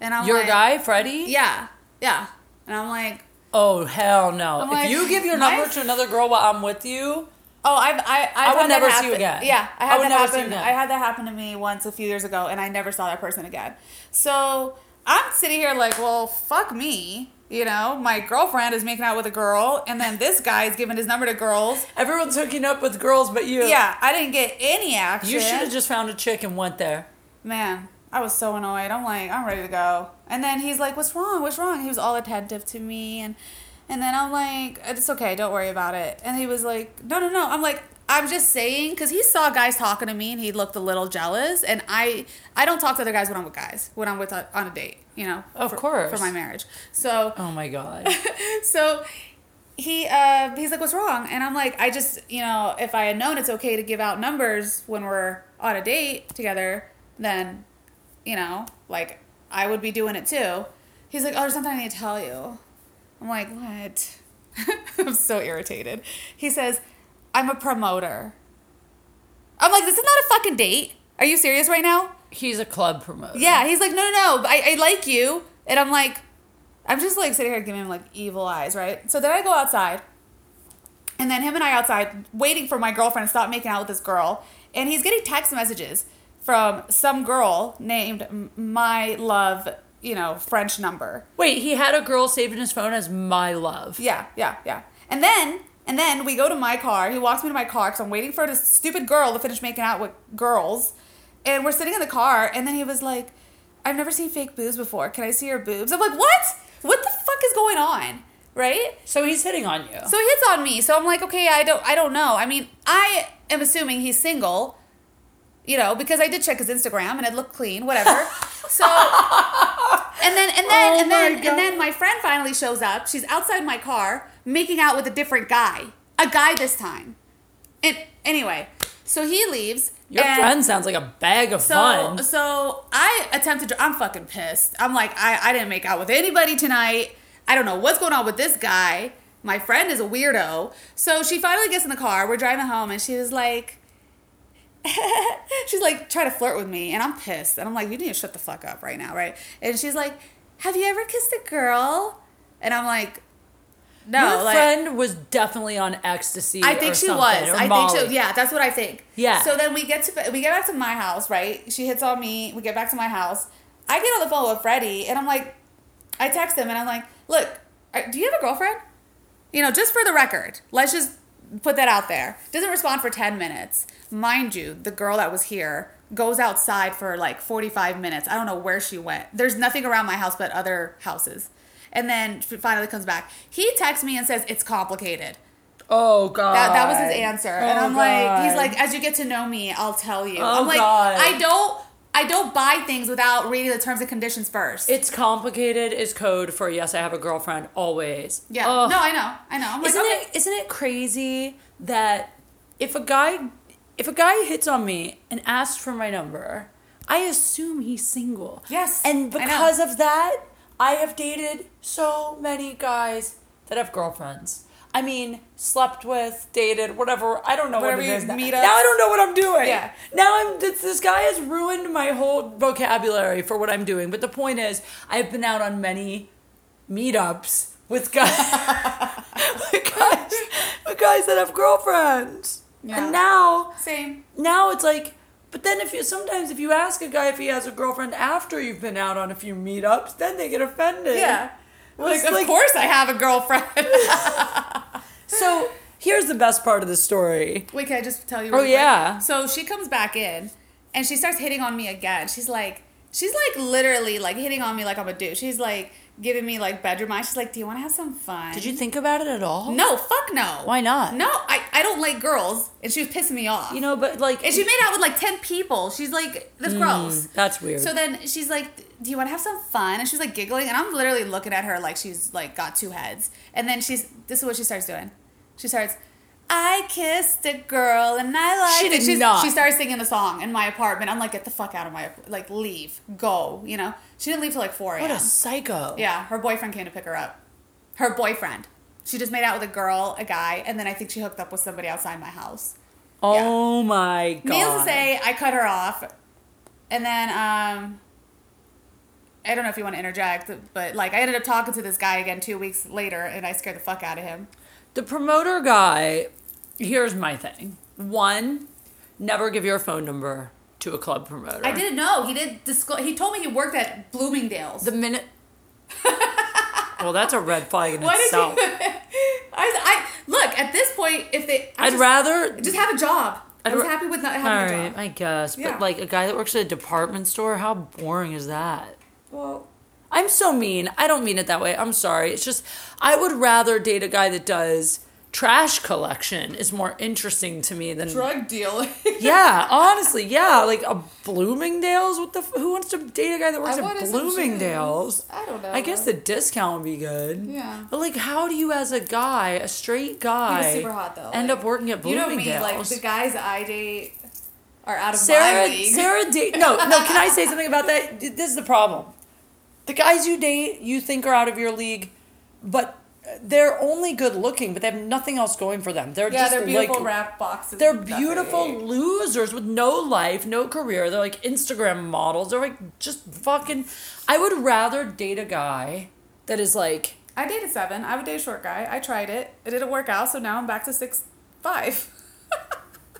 And I'm
your
like,
guy, Freddie?
Yeah, yeah. And I'm like,
Oh hell no!
I'm
if
like,
you give your
my-
number to another girl while I'm with you,
Oh, I've, I, I've
would
had that
never see
happen.
you again.
Yeah, I
I
had
would
that
never see
happen.
you again.
I had that happen to me once a few years ago, and I never saw that person again. So I'm sitting here like, well, fuck me. You know, my girlfriend is making out with a girl, and then this guy is giving his number to girls.
everyone's hooking up with girls, but you.
Yeah, I didn't get any action.
You should have just found a chick and went there.
Man, I was so annoyed. I'm like, I'm ready to go. And then he's like, "What's wrong? What's wrong?" He was all attentive to me, and and then I'm like, "Uh, "It's okay. Don't worry about it." And he was like, "No, no, no." I'm like, "I'm just saying," because he saw guys talking to me, and he looked a little jealous. And I I don't talk to other guys when I'm with guys when I'm with a, on a date, you know.
Of
for-
course.
for my marriage. So
Oh my god.
so he uh he's like what's wrong and i'm like i just you know if i had known it's okay to give out numbers when we're on a date together then you know like i would be doing it too he's like oh there's something i need to tell you i'm like what i'm so irritated he says i'm a promoter i'm like this is not a fucking date are you serious right now
He's a club promoter.
yeah, he's like, no, no, no, I, I like you. And I'm like, I'm just like sitting here giving him like evil eyes, right? So then I go outside, and then him and I outside waiting for my girlfriend to stop making out with this girl, and he's getting text messages from some girl named M- my love, you know, French number.
Wait, he had a girl saved in his phone as my love.
Yeah, yeah, yeah. And then and then we go to my car. He walks me to my car because I'm waiting for this stupid girl to finish making out with girls. And we're sitting in the car, and then he was like, "I've never seen fake boobs before. Can I see your boobs?" I'm like, "What? What the fuck is going on?" Right?
So he's hitting on you.
So he hits on me. So I'm like, "Okay, I don't, I don't know. I mean, I am assuming he's single." You know, because I did check his Instagram and it looked clean, whatever. So, and then and then
Oh
and then
my
and then my friend finally shows up. She's outside my car, making out with a different guy, a guy this time. And anyway, so he leaves.
your
and
friend sounds like a bag of
So
fun.
so I attempted. to- I'm fucking pissed. I'm like I I didn't make out with anybody tonight. I don't know what's going on with this guy. My friend is a weirdo. So she finally gets in the car. We're driving home, and she was like. she's like trying to flirt with me and I'm pissed and I'm like you need to shut the fuck up right now right and she's like have you ever kissed a girl and I'm like no
your
like
friend was definitely on ecstasy.
I think
or
she
something,
was
or
I think
Molly.
she yeah that's what I think
Yeah.
so then we get to we get back to my house right she hits on me we get back to my house I get on the phone with Freddie and I'm like I text him and I'm like look are- do you have a girlfriend you know, just for the record, let's just put that out there. Doesn't respond for 10 minutes. Mind you, the girl that was here goes outside for like 45 minutes. I don't know where she went. There's nothing around my house but other houses. And then she finally comes back. He texts me and says, It's complicated.
Oh god.
That, that was his answer. and
Oh,
I'm like, he's
God.
like, as you get to know me, I'll tell you.
Oh,
I'm like,
God.
I don't I don't buy things without reading the terms and conditions first.
It's complicated is code for yes, I have a girlfriend always.
yeah.
Ugh.
No, I know. I know. I'm like,
oh. isn't
okay.
it isn't it crazy that if a guy if a guy hits on me and asks for my number, I assume he's single.
Yes,
And
I know.
because of that, I have dated so many guys that have girlfriends. I mean, slept with, dated, whatever. I don't know
Whatever
what it
you
is now.
meet
Now
us.
I don't know what I'm doing.
Yeah.
Now I'm this, this guy has ruined my whole vocabulary for what I'm doing. But the point is, I've been out on many meetups with guys, with guys, with guys that have girlfriends,
Yeah.
and now
Same.
now it's like but then if you sometimes if you ask a guy if he has a girlfriend after you've been out on a few meetups then they get offended
Yeah.
Well,
Like,
it's
of
like-
course I have a girlfriend.
so here's the best part of the story
Wait, can I just tell you?
Oh,
really quick?
yeah.
So she comes back in, and she starts hitting on me again. She's like, she's like literally like hitting on me like I'm a dude. She's like giving me like bedroom eyes. She's like, do you want to have some fun?
did you think about it at all
No, fuck no.
Why not?
No, I I don't like girls, and she was pissing me off.
you know but like
and she made out with like ten people. She's like, that's gross.
Mm, that's weird
So then she's like, "Do you want to have some fun?" And she's like giggling, and I'm literally looking at her like she's like got two heads. And then she's this is what she starts doing. She starts, "I kissed a girl and I like."
She
it."
did
She's-
not.
She starts singing the song in my apartment. I'm like, "Get the fuck out of my ap- like, leave, go." You know, she didn't leave till like four a.m.
what a psycho
yeah, her boyfriend came to pick her up. Her boyfriend. She just made out with a girl, a guy, and then I think she hooked up with somebody outside my house.
oh my god
Needless to say, I cut her off, and then um, I don't know if you want to interject, but like I ended up talking to this guy again two weeks later, and I scared the fuck out of him.
the promoter guy here's my thing one never give your phone number to a club promoter
I didn't know he did disclose. He told me he worked at Bloomingdale's.
the minute well that's a red flag in
Why did
itself
you? I, I look at this point. If they, I
I'd
just,
rather
just have a job. i
I'd
was
ra-
happy with not having
All
a job.
right, I guess.
Yeah.
But like a guy that works at a department store, how boring is that?
well,
I'm so mean. I don't mean it that way. I'm sorry. It's just I would rather date a guy that does trash collection is more interesting to me than
drug dealing.
yeah honestly yeah like a bloomingdale's what the f- who wants to date a guy that works
I
at
wanted some
bloomingdale's
jeans. I don't know.
i guess the discount would be good
Yeah.
but like how do you as a guy a straight guy
super hot, though.
end
Like,
up working at
you know
bloomingdale's
me. Like the guys I date are out of my
Sarah,
league.
Sarah date. No, no. Can I say something about that? Th- This is the problem. The guys you date, you think are out of your league, but they're only good looking, but they have nothing else going for them. They're
Yeah,
just
they're beautiful
like
wrap boxes.
they're
That's
beautiful
it.
losers with no life, no career. They're like Instagram models. They're like just fucking. I would rather date a guy that is like
I dated seven. I would date a short guy. I tried it. It didn't work out, so now I'm back to six five.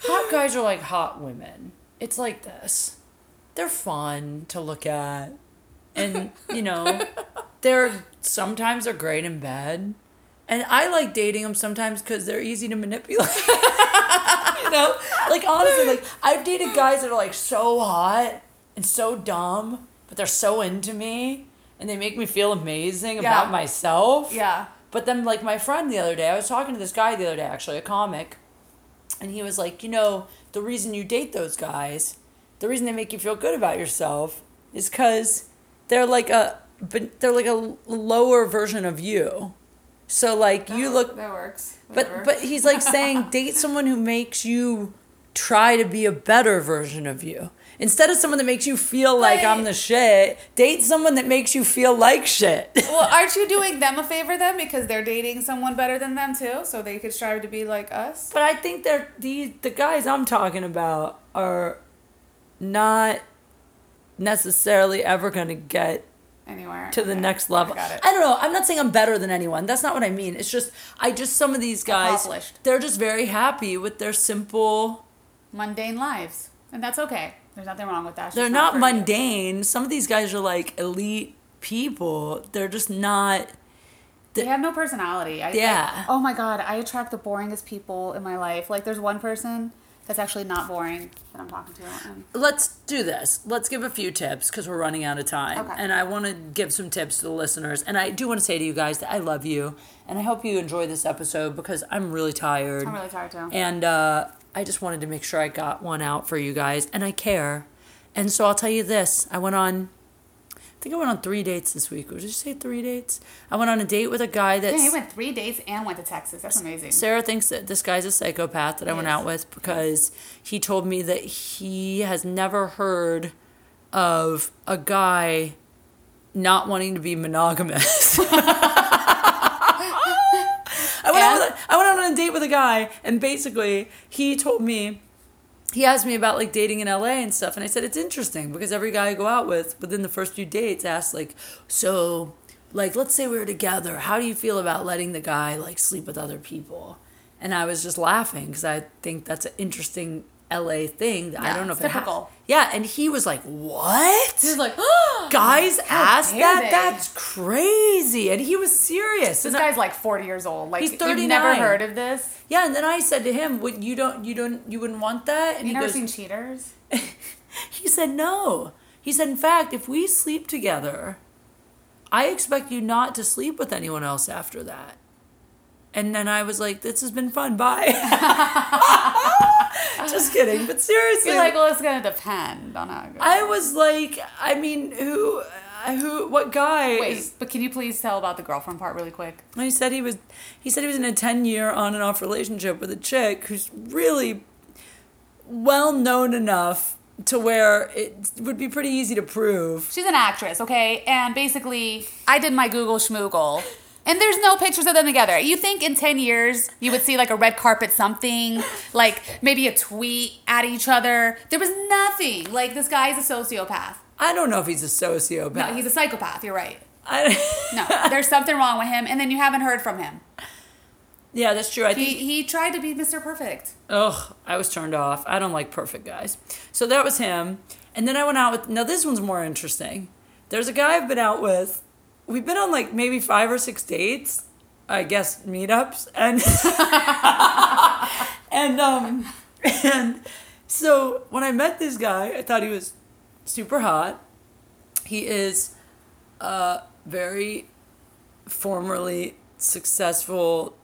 hot guys are like hot women. It's like this. They're fun to look at. And, you know, they're sometimes they're great in bed. And I like dating them sometimes because they're easy to manipulate. you know? Like, honestly, like, I've dated guys that are like so hot and so dumb, but they're so into me and they make me feel amazing about
Yeah.
myself.
Yeah.
But then, like, my friend the other day, I was talking to this guy the other day, actually, a comic, and he was like, you know, the reason you date those guys, the reason they make you feel good about yourself is because they're like a, but they're like a lower version of you. So, like, you look,
That works. Oh, Whatever.
but, but he's like saying, date someone who makes you try to be a better version of you. Instead of someone that makes you feel like I'm
Right.
the shit, date someone that makes you feel like shit.
well, aren't you doing them a favor then because they're dating someone better than them too, so they could strive to be like us?
But I think they're the the guys I'm talking about are not necessarily ever going to get
Anywhere
to the
Okay.
next level.
I got it.
I don't know. I'm not saying I'm better than anyone. That's not what I mean. It's just I just some of these guys
Accomplished.
they're just very happy with their simple.
Mundane lives, and that's okay. There's nothing wrong with that. It's
They're
just
not
for you.
mundane. Some of these guys are like elite people. They're just not
They have no personality. I,
Yeah.
I- oh my god, I attract the boringest people in my life. Like, there's one person that's actually not boring that I'm talking to. And
let's do this. Let's give a few tips because we're running out of time.
Okay.
And I want to give some tips to the listeners. And I do want to say to you guys that I love you. And I hope you enjoy this episode because I'm really tired.
I'm really tired too.
And uh, I just wanted to make sure I got one out for you guys. And I care. And so I'll tell you this I went on. I think I went on three dates this week. Did you say three dates? I went on a date with a guy that's.
Dang, he went three dates and went to Texas. That's amazing.
Sarah thinks that this guy's a psychopath that I went
Yes.
out with because he told me that he has never heard of a guy not wanting to be monogamous. out with a- I went out on a date with a guy, and basically he told me he asked me about like dating in LA and stuff, and I said it's interesting because every guy I go out with within the first few dates asks like, so like let's say we were together, how do you feel about letting the guy like sleep with other people? And I was just laughing because I think that's an interesting LA thing. That I
Yeah,
don't know if
it's
it hap-
typical.
yeah, and he was like, what?
He's like, oh,
guys ask
dare
that?
they?
That's crazy. And he was serious.
this
And I-
guy's like 40 years old. Like,
He's
You've never
39.
heard of this?
yeah, and then I said to him, "Would you don't you don't you wouldn't want that?" And
You've
he
never
goes,
seen Cheaters?
he said no. He said, in fact, if we sleep together, I expect you not to sleep with anyone else after that. And then I was like, this has been fun. Bye. Just kidding, but seriously,
You're like, well, it's gonna depend on how. It goes.
I was like, I mean, who, who, what guy?
Wait, but can you please tell about the girlfriend part really quick?
And He said he was he said he was in a 10 year on and off relationship with a chick who's really well known enough to where it would be pretty easy to prove.
She's an actress, okay? And basically, I did my Google schmoogle. And there's no pictures of them together. You think in 10 years you would see like a red carpet something, like maybe a tweet at each other. There was nothing. Like this guy is a sociopath.
I don't know if he's a sociopath.
No, he's a psychopath. You're right.
I-
No, there's something wrong with him. And then you haven't heard from him.
yeah, that's true. I think
He, he tried to be Mr. Perfect.
Ugh, I was turned off. I don't like perfect guys. So that was him. And then I went out with now this one's more interesting. There's a guy I've been out with. We've been on like maybe five or six dates, I guess meetups, and and um and so when I met this guy, I thought he was super hot. He is a very formerly successful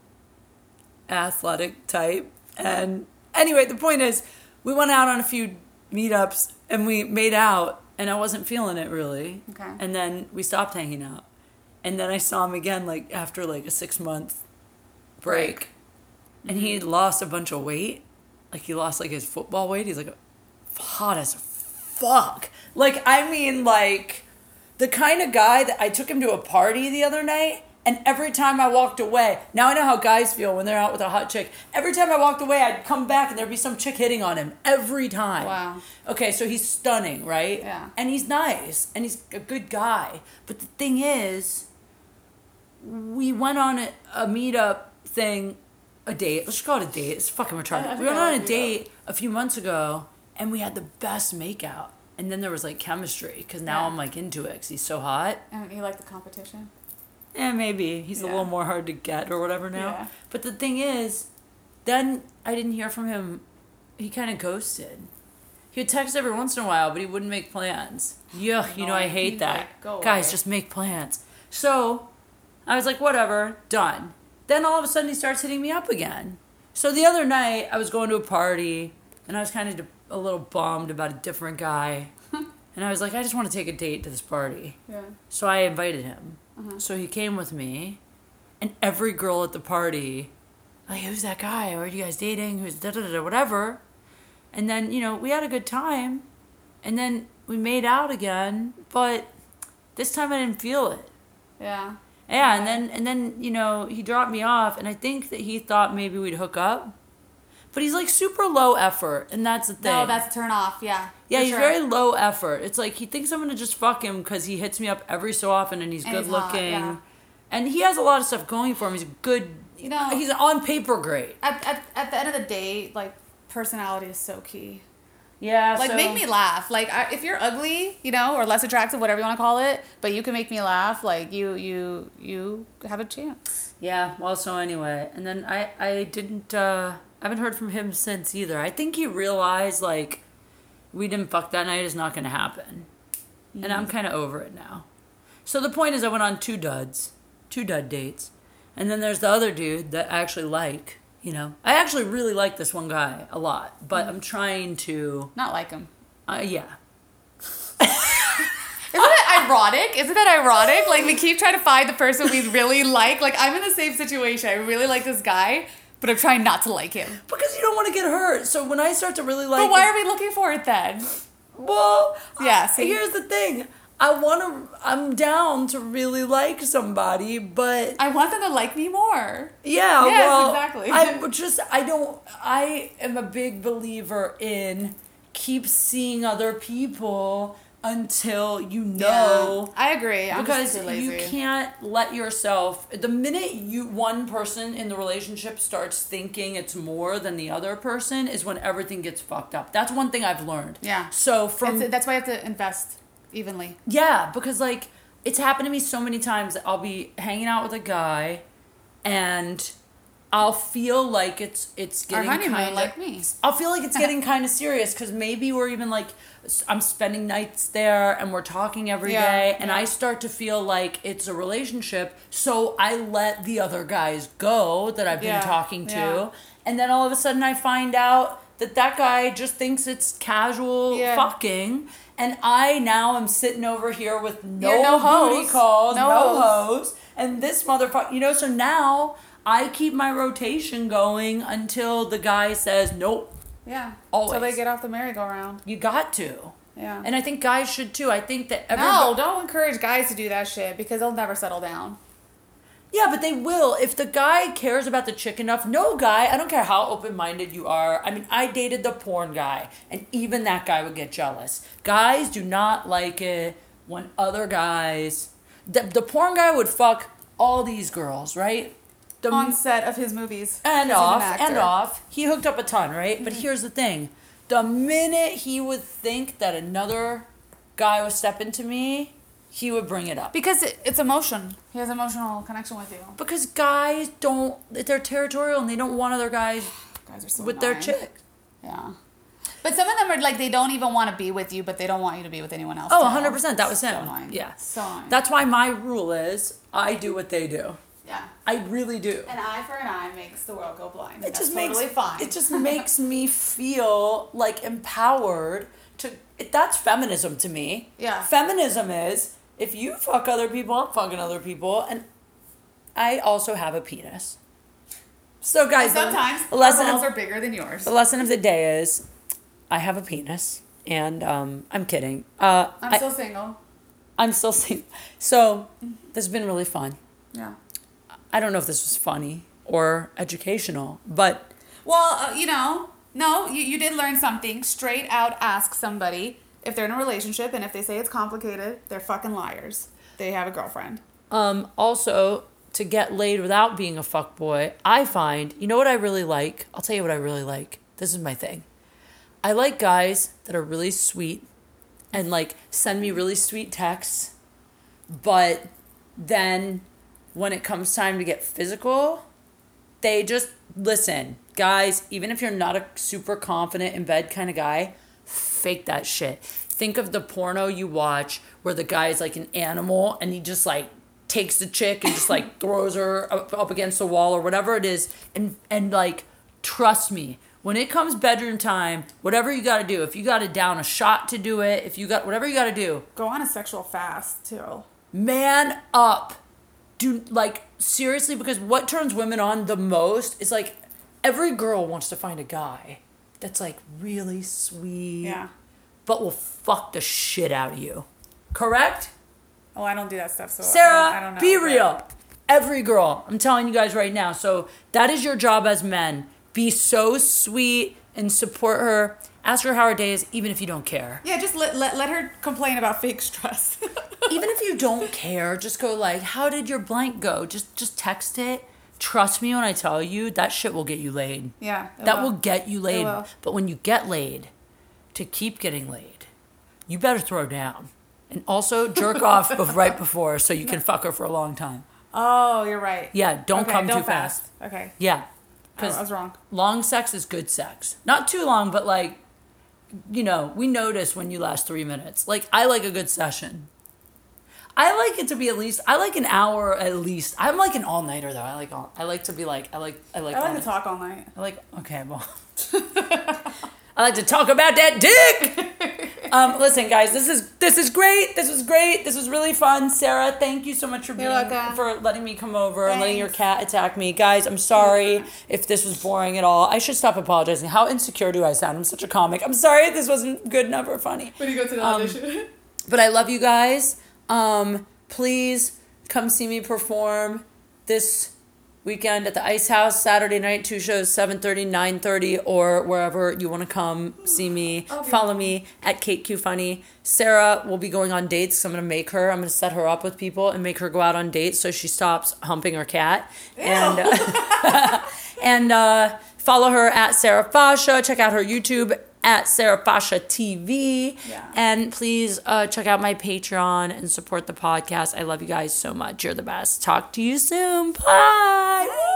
athletic type. And anyway, the point is, we went out on a few meetups and we made out, and I wasn't feeling it really.
Okay.
And then we stopped hanging out. And then I saw him again, like after like a six month break. And he had lost a bunch of weight. Like he lost like his football weight. He's like hot as fuck. Like I mean, like the kind of guy that I took him to a party the other night, and every time I walked away, now I know how guys feel when they're out with a hot chick. Every time I walked away, I'd come back and there'd be some chick hitting on him every time.
Wow.
Okay, so he's stunning, right?
Yeah.
And he's nice, and he's a good guy. But the thing is, we went on a, a meetup thing, a date. Let's just call it a date. It's fucking retarded.
I- I
we went
forgot
on a
what meetup.
date a few months ago, and we had the best makeout. And then there was like chemistry because now
Yeah.
I'm like into it 'cause he's so hot.
And Oh, you like the competition?
Eh, maybe he's a
Yeah.
little more hard to get or whatever now.
Yeah.
But the thing is, then I didn't hear from him. He kind of ghosted. He would text every once in a while, but he wouldn't make plans. Yeah, you know I
Annoying.
hate
He's
that.
like, "Go
Guys,
away."
just make plans. So I was like, whatever, done. Then all of a sudden he starts hitting me up again. So the other night I was going to a party and I was kind of de- a little bummed about a different guy. and I was like, I just want to take a date to this party.
Yeah.
So I invited him.
Uh-huh.
So he came with me, and every girl at the party, like, who's that guy? Where are you guys dating? Who's da da da da, whatever. And then you know we had a good time, and then we made out again, but this time I didn't feel it.
Yeah.
Yeah, and then and then you know he dropped me off, and I think that he thought maybe we'd hook up, but he's like super low effort, and that's the thing.
No, Oh, that's a turn off. Yeah.
Yeah,
for
he's
sure.
very low effort. It's like he thinks I'm gonna just fuck him because he hits me up every so often, and he's
And
good
he's hot,
looking,
yeah.
and he has a lot of stuff going for him. He's a good.
You know-
he's on paper great.
at, at, at the end of the day, like personality is so key.
Yeah,
Like make me laugh. Like I, if you're ugly, you know, or less attractive, whatever you want to call it, but you can make me laugh. Like you, you, you have a chance.
Yeah. Well, so anyway, and then I I didn't uh I haven't heard from him since either. I think he realized like we didn't fuck that night is not gonna happen, and I'm kind of over it now. So the point is, I went on two duds, two dud dates, and then there's the other dude that I actually like. You know, I actually really like this one guy a lot, but I'm trying to,
Not like him.
uh, yeah.
Isn't that ironic? Isn't that ironic? Like we keep trying to find the person we really like. Like I'm in the same situation. I really like this guy, but I'm trying not to like him.
Because you don't want to get hurt. So when I start to really like,
But why are we looking for it then?
well,
Yeah,
I-
see?
here's the thing. I want to. I'm down to really like somebody, but
I want them to like me more.
yeah,
Yes,
well,
exactly.
I would just I don't. I am a big believer in keep seeing other people until you know.
I agree. I'm
because
just too
you
lazy.
can't let yourself the minute you one person in the relationship starts thinking it's more than the other person is when everything gets fucked up that's one thing i've learned
Yeah.
so from
It's- that's why you have to invest evenly.
yeah because like it's happened to me so many times that i'll be hanging out with a guy and i'll feel like it's it's
Our
getting
honeymoon,
kinda,
like me.
I'll feel like it's getting kind of serious because maybe we're even like, s- I'm spending nights there and we're talking every day,
Yeah,
and
yeah.
I start to feel like it's a relationship. So I let the other guys go that I've been
Yeah,
talking to,
yeah.
and then all of a sudden I find out that that guy just thinks it's casual
Yeah.
fucking. And I now am sitting over here with no,
Yeah, no
booty
hoes.
calls, no,
No
hoes.
hoes.
and this motherfucker, you know. So now I keep my rotation going until the guy says, "Nope,
Yeah. So
Always.
they get off the merry-go-round.
you got to.
Yeah.
And I think guys should too. I think that everybody.
no, don't encourage guys to do that shit because they'll never settle down.
Yeah, but they will. If the guy cares about the chick enough, no guy, I don't care how open minded you are. I mean, I dated the porn guy, and even that guy would get jealous. Guys do not like it when other guys. The, the porn guy would fuck all these girls, right? The,
On set of his movies.
Um, and
'cause he's an
off and
actor. Mm-hmm.
off. He hooked up a ton, right? But here's the thing: the minute he would think that another guy was stepping to me, he would bring it up
Because it, it's emotion. He has emotional connection with you.
because guys don't they're territorial and they don't want other guys
Guys are so
with their
annoying.
chick.
Yeah. But some of them are like they don't even want to be with you, but they don't want you to be with anyone else.
Oh,
too.
100 percent. That was
So
him.
annoying.
yeah.
So annoying.
That's why my rule is I do what they do.
yeah.
I really do.
An eye for an eye makes the world go blind.
it just makes
totally fine.
it just makes me feel like empowered to it, that's feminism to me
Yeah.
feminism is if you fuck other people i'm fucking other people and i also have a penis so guys the-
sometimes
the lesson
our balls
of,
are bigger than yours.
the lesson of the day is i have a penis and um, i'm kidding uh,
I'm still single.
I, am still single so this has been really fun
Yeah.
i don't know if this was funny or educational but
Well, uh, you know, no, you, you did learn something. Straight out ask somebody if they're in a relationship and if they say it's complicated, they're fucking liars. They have a girlfriend.
Um, also, to get laid without being a fuckboy, I find, you know what I really like? I'll tell you what I really like. This is my thing. I like guys that are really sweet and like send me really sweet texts, but then when it comes time to get physical, they just listen. Guys, even if you're not a super confident in bed kind of guy, fake that shit. Think of the porno you watch where the guy is like an animal and he just like takes the chick and just like throws her up, up against the wall or whatever it is and and like trust me when it comes bedroom time whatever you got to do if you got to down a shot to do it if you got whatever you got to do
Go on a sexual fast, too.
man up do like seriously because what turns women on the most is like every girl wants to find a guy that's like really sweet
Yeah.
but will fuck the shit out of you correct
Oh, I don't do that stuff, so I don't-
sarah
I don't, know.
be
but-
real every girl i'm telling you guys right now so that is your job as men be so sweet and support her ask her how her day is even if you don't care
Yeah, just let, let, let her complain about fake stress.
even if you don't care, just go like, "How did your blank go?" Just just text it. Trust me when I tell you, that shit will get you laid.
yeah. it
that will. get you laid.
will.
But when you get laid, to keep getting laid, you better throw down and also jerk off bef- right before so you can fuck her for a long time.
Oh, you're right.
Yeah, don't
Okay,
come
don't
too fast.
Okay.
Yeah,
I,
because
I was wrong.
long sex is good sex. Not too long, but like, you know, we notice when you last three minutes. Like, I like a good session. I like it to be at least. I like an hour at least. I'm like an all nighter though. I like all. I like to be like. I like. I like.
I like
all-night-
to talk all night.
I like. Okay, well. I like to talk about that dick. um, listen, guys, this is this is great. This was great. This was really fun. Sarah, thank you so much for being
welcome.
for letting me come over and letting your
Thanks.
cat attack me, guys. I'm sorry if this was boring at all. I should stop apologizing. How insecure do I sound? I'm such a comic. I'm sorry if this wasn't good enough or funny.
When you go to the
Um,
audition.
But I love you guys. Um, please come see me perform this weekend at the Ice House, Saturday night, two shows, 7.30, 9.30, or wherever you want to come see me.
I'll be
Follow me at Kate Q Funny. Sarah will be going on dates. So I'm going to make her. I'm going to set her up with people and make her go out on dates so she stops humping her cat. And and uh, follow her at Sarah Fasha. Check out her YouTube at Sarah Fasha TV.
Yeah.
And please uh, check out my Patreon and support the podcast. I love you guys so much. You're the best. Talk to you soon. Bye.